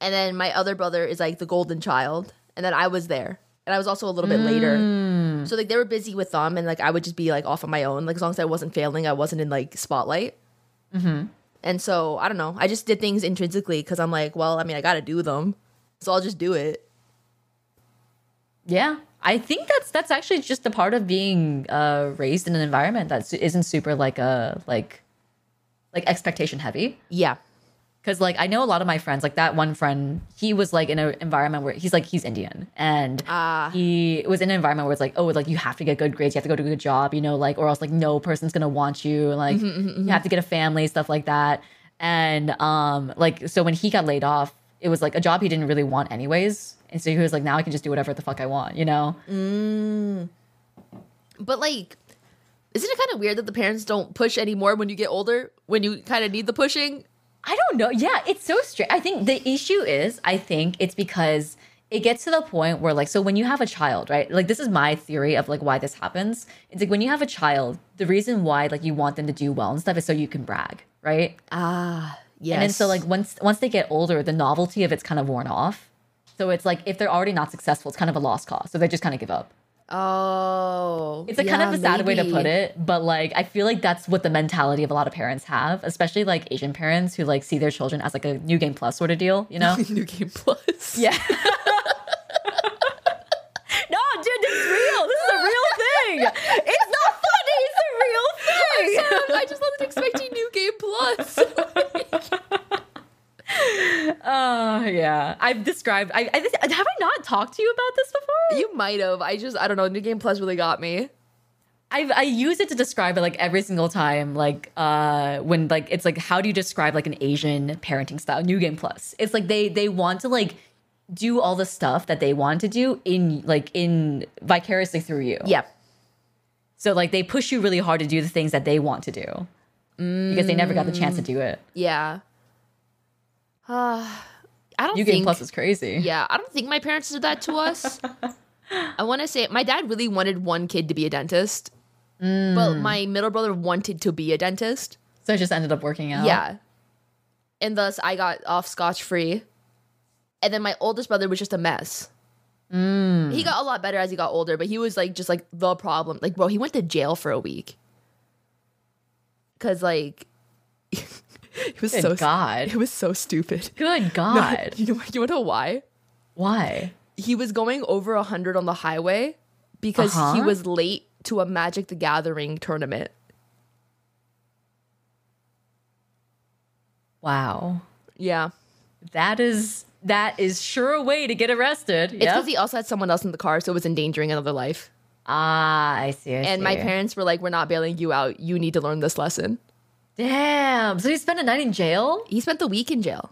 [SPEAKER 1] and then my other brother is like the golden child, and then I was there, and I was also a little bit later.
[SPEAKER 2] Mm.
[SPEAKER 1] So like they were busy with them, and like I would just be like off on my own. Like as long as I wasn't failing, I wasn't in like spotlight. And so I don't know. I just did things intrinsically because I'm like, well, I mean, I got to do them, so I'll just do it.
[SPEAKER 2] Yeah, I think that's that's actually just a part of being uh, raised in an environment that su- isn't super like a like like expectation heavy.
[SPEAKER 1] Yeah,
[SPEAKER 2] Because like I know a lot of my friends, like that one friend, he was like in an environment where he's like he's Indian and
[SPEAKER 1] Ah.
[SPEAKER 2] he was in an environment where it's like oh like you have to get good grades, you have to go to a good job, you know, like or else like no person's gonna want you, and, like you have to get a family, stuff like that. And um like so when he got laid off, it was like a job he didn't really want anyways, and so he was like now I can just do whatever the fuck I want, you know.
[SPEAKER 1] but like Isn't it kind of weird that the parents don't push anymore when you get older, when you kind of need the pushing?
[SPEAKER 2] I don't know. Yeah, it's so strange. I think the issue is, I think it's because it gets to the point where, like, so when you have a child, right? Like, this is my theory of like why this happens. It's like when you have a child, the reason why like you want them to do well and stuff is so you can brag, right?
[SPEAKER 1] Ah, yes.
[SPEAKER 2] And then so like once once they get older, the novelty of it's kind of worn off. So it's like if they're already not successful, it's kind of a lost cause. So they just kind of give up.
[SPEAKER 1] oh,
[SPEAKER 2] It's a kind
[SPEAKER 1] yeah,
[SPEAKER 2] of a sad way to
[SPEAKER 1] maybe.
[SPEAKER 2] put it, but like I feel like that's what the mentality of a lot of parents have, especially like Asian parents who like see their children as like a new game plus sort of deal, you know?
[SPEAKER 1] New Game Plus.
[SPEAKER 2] yeah. no, dude, this is real. This is a real thing. It's not funny. It's a real thing.
[SPEAKER 1] I just wasn't expecting New Game Plus.
[SPEAKER 2] Oh yeah, I've described. I, I this- have I not talked to you about this before.
[SPEAKER 1] you might have. I just, I don't know. New Game Plus really got me.
[SPEAKER 2] I I use it to describe it like every single time, like uh when like it's like how do you describe like an Asian parenting style? New Game Plus. It's like they they want to like do all the stuff that they want to do in like in vicariously through you.
[SPEAKER 1] Yep.
[SPEAKER 2] So like they push you really hard to do the things that they want to do because they never got the chance to do it.
[SPEAKER 1] Yeah. Uh, I don't
[SPEAKER 2] New Game
[SPEAKER 1] think.
[SPEAKER 2] Plus is crazy.
[SPEAKER 1] yeah, I don't think my parents did that to us. I want to say my dad really wanted one kid to be a dentist,
[SPEAKER 2] Mm.
[SPEAKER 1] but my middle brother wanted to be a dentist.
[SPEAKER 2] So it just ended up working out.
[SPEAKER 1] Yeah. And thus I got off scotch free. And then my oldest brother was just a mess.
[SPEAKER 2] Mm.
[SPEAKER 1] He got a lot better as he got older, but he was like just like the problem. Like, bro, he went to jail for a week. Cause like it was
[SPEAKER 2] Good
[SPEAKER 1] so
[SPEAKER 2] God.
[SPEAKER 1] it was so stupid.
[SPEAKER 2] Good God.
[SPEAKER 1] You know you wanna know why?
[SPEAKER 2] Why?
[SPEAKER 1] He was going over hundred on the highway because he
[SPEAKER 2] Uh-huh.
[SPEAKER 1] was late to a Magic the Gathering tournament.
[SPEAKER 2] Wow.
[SPEAKER 1] Yeah.
[SPEAKER 2] That is that is sure a way to get arrested.
[SPEAKER 1] It's
[SPEAKER 2] Yeah.
[SPEAKER 1] because he also had someone else in the car, so it was endangering another life.
[SPEAKER 2] ah, I see. I
[SPEAKER 1] And my
[SPEAKER 2] see.
[SPEAKER 1] parents were like, "We're not bailing you out. You need to learn this lesson."
[SPEAKER 2] Damn. So he spent a night in jail.
[SPEAKER 1] He spent the week in jail,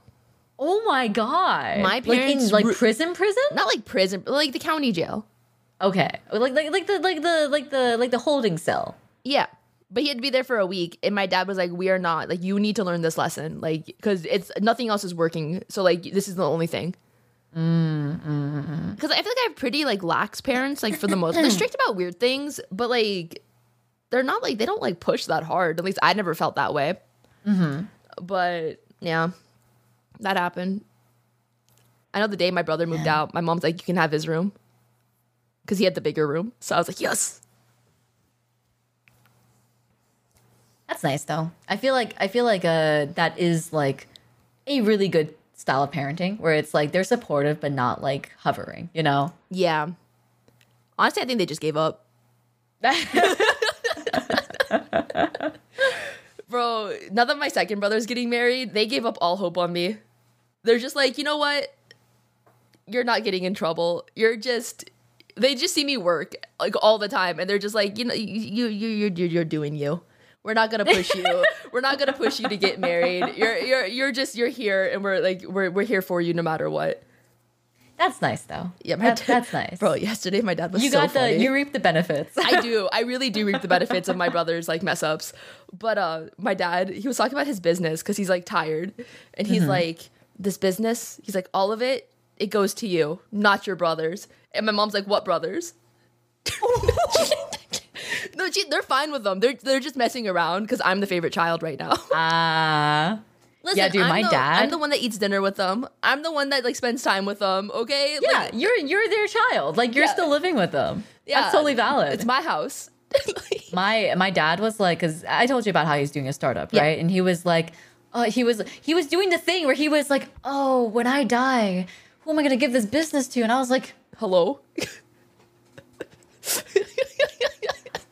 [SPEAKER 2] Oh my god.
[SPEAKER 1] My parents
[SPEAKER 2] like in
[SPEAKER 1] ru-
[SPEAKER 2] like prison, prison.
[SPEAKER 1] not like prison, but like the county jail.
[SPEAKER 2] Okay. Like like like the like the like the like the holding cell.
[SPEAKER 1] Yeah, but he had to be there for a week, and my dad was like, "We are not like you need to learn this lesson, like because it's nothing else is working. So like this is the only thing." Because I feel like I have pretty like lax parents, like for the most, they're strict about weird things, but like they're not like they don't like push that hard. At least I never felt that way. But yeah, that happened. I know the day my brother moved out, my mom's like, "You can have his room," because he had the bigger room. So I was like, "Yes."
[SPEAKER 2] That's nice though. I feel like I feel like uh that is like a really good style of parenting where it's like they're supportive but not like hovering. You know.
[SPEAKER 1] Yeah. Honestly, I think they just gave up. Bro, now that my second brother's getting married, they gave up all hope on me. They're just like, you know what? You're not getting in trouble. You're just they just see me work like all the time and they're just like, you know, you you you you you're doing you. We're not gonna push you. we're not gonna push you to get married. You're you're you're just you're here and we're like we're we're here for you no matter what.
[SPEAKER 2] That's nice though.
[SPEAKER 1] Yeah, my
[SPEAKER 2] That-
[SPEAKER 1] dad-
[SPEAKER 2] that's nice.
[SPEAKER 1] Bro, yesterday my dad was
[SPEAKER 2] you
[SPEAKER 1] so
[SPEAKER 2] got
[SPEAKER 1] funny.
[SPEAKER 2] the you reap the benefits. Uh,
[SPEAKER 1] I do. I really do reap the benefits of my brother's like mess ups. But uh my dad, he was talking about his business because he's like tired. And he's
[SPEAKER 2] Mm-hmm.
[SPEAKER 1] like, This business, he's like, all of it, it goes to you, not your brothers. And my mom's like, What brothers? no, she, they're fine with them. They're they're just messing around because I'm the favorite child right now.
[SPEAKER 2] Ah.
[SPEAKER 1] Listen,
[SPEAKER 2] yeah, dude,
[SPEAKER 1] I'm
[SPEAKER 2] my
[SPEAKER 1] the-
[SPEAKER 2] dad-
[SPEAKER 1] I'm the one that eats dinner with them. I'm the one that like spends time with them. Okay, Like,
[SPEAKER 2] Yeah, you're you're their child. Like you're
[SPEAKER 1] Yeah.
[SPEAKER 2] still living with them.
[SPEAKER 1] Yeah.
[SPEAKER 2] That's totally valid.
[SPEAKER 1] it's my house.
[SPEAKER 2] my my dad was like, because I told you about how he's doing a startup,
[SPEAKER 1] Yeah.
[SPEAKER 2] right? And he was like, uh, he was he was doing the thing where he was like, oh, when I die, who am I gonna give this business to? And I was like,
[SPEAKER 1] Hello.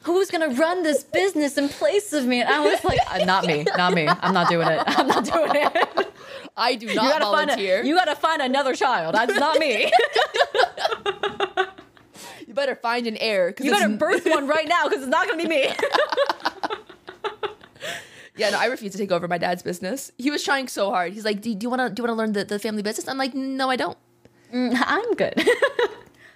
[SPEAKER 2] who's gonna run this business in place of me? And I was like, uh, not me, not me. I'm not doing it. I'm not doing it.
[SPEAKER 1] I do
[SPEAKER 2] You
[SPEAKER 1] not
[SPEAKER 2] gotta find
[SPEAKER 1] volunteer.
[SPEAKER 2] a, you gotta find another child. That's not me.
[SPEAKER 1] You better find an heir.
[SPEAKER 2] you better birth one right now because it's not gonna be me.
[SPEAKER 1] yeah, no, I refuse to take over my dad's business. He was trying so hard. He's like, "Do, do you want to do you want to learn the, the family business?" I'm like, "No, I don't."
[SPEAKER 2] I'm good.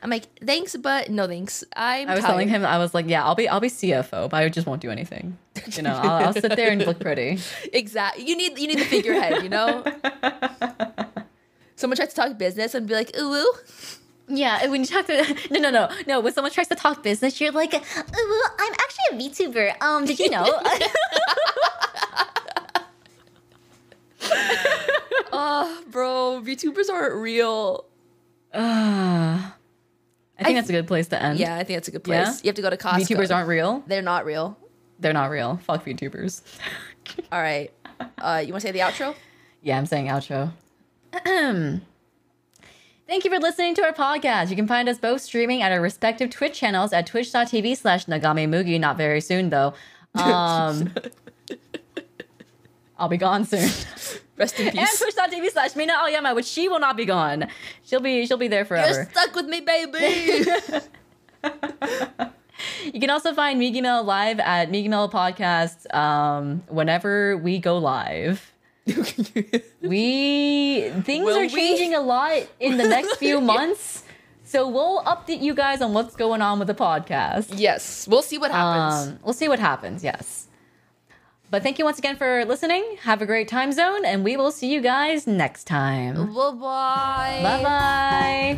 [SPEAKER 1] I'm like, thanks, but no thanks. I'm
[SPEAKER 2] I was telling him I was like, yeah, I'll be I'll be CFO, but I just won't do anything. You know, I'll, I'll sit there and look pretty.
[SPEAKER 1] Exactly. You need you need the figurehead, you know? Someone tries to talk business and be like, ooh, ooh.
[SPEAKER 2] Yeah, when you talk to no no no no when someone tries to talk business, you're like, "Ooh, I'm actually a VTuber. Um, did you know?
[SPEAKER 1] Oh, bro, VTubers aren't real.
[SPEAKER 2] I think that's a good place to end.
[SPEAKER 1] Yeah, I think that's a good place.
[SPEAKER 2] Yeah?
[SPEAKER 1] You have to go to Costco.
[SPEAKER 2] VTubers aren't real.
[SPEAKER 1] They're not real.
[SPEAKER 2] They're not real. Fuck VTubers.
[SPEAKER 1] All right. Uh, you want to say the outro?
[SPEAKER 2] Yeah, I'm saying outro. Thank you for listening to our podcast. You can find us both streaming at our respective Twitch channels at twitch.tv slash nagamemugi. Not very soon, though. Um, I'll be gone soon.
[SPEAKER 1] Rest in
[SPEAKER 2] and
[SPEAKER 1] peace.
[SPEAKER 2] twitch.tv slash Mina Aoyama, which she will not be gone. She'll be she'll be there
[SPEAKER 1] You're
[SPEAKER 2] forever.
[SPEAKER 1] stuck with me, baby.
[SPEAKER 2] You can also find Migimel live at Migimel Podcast um, whenever we go live. we things
[SPEAKER 1] Will
[SPEAKER 2] are
[SPEAKER 1] we?
[SPEAKER 2] changing a lot in the next few months. So we'll update you guys on what's going on with the podcast.
[SPEAKER 1] yes, we'll see what happens.
[SPEAKER 2] Um, we'll see what happens, yes. But thank you once again for listening. Have a
[SPEAKER 1] Um,
[SPEAKER 2] great time zone, and we will see you guys next time.
[SPEAKER 1] bye bye.
[SPEAKER 2] Bye bye.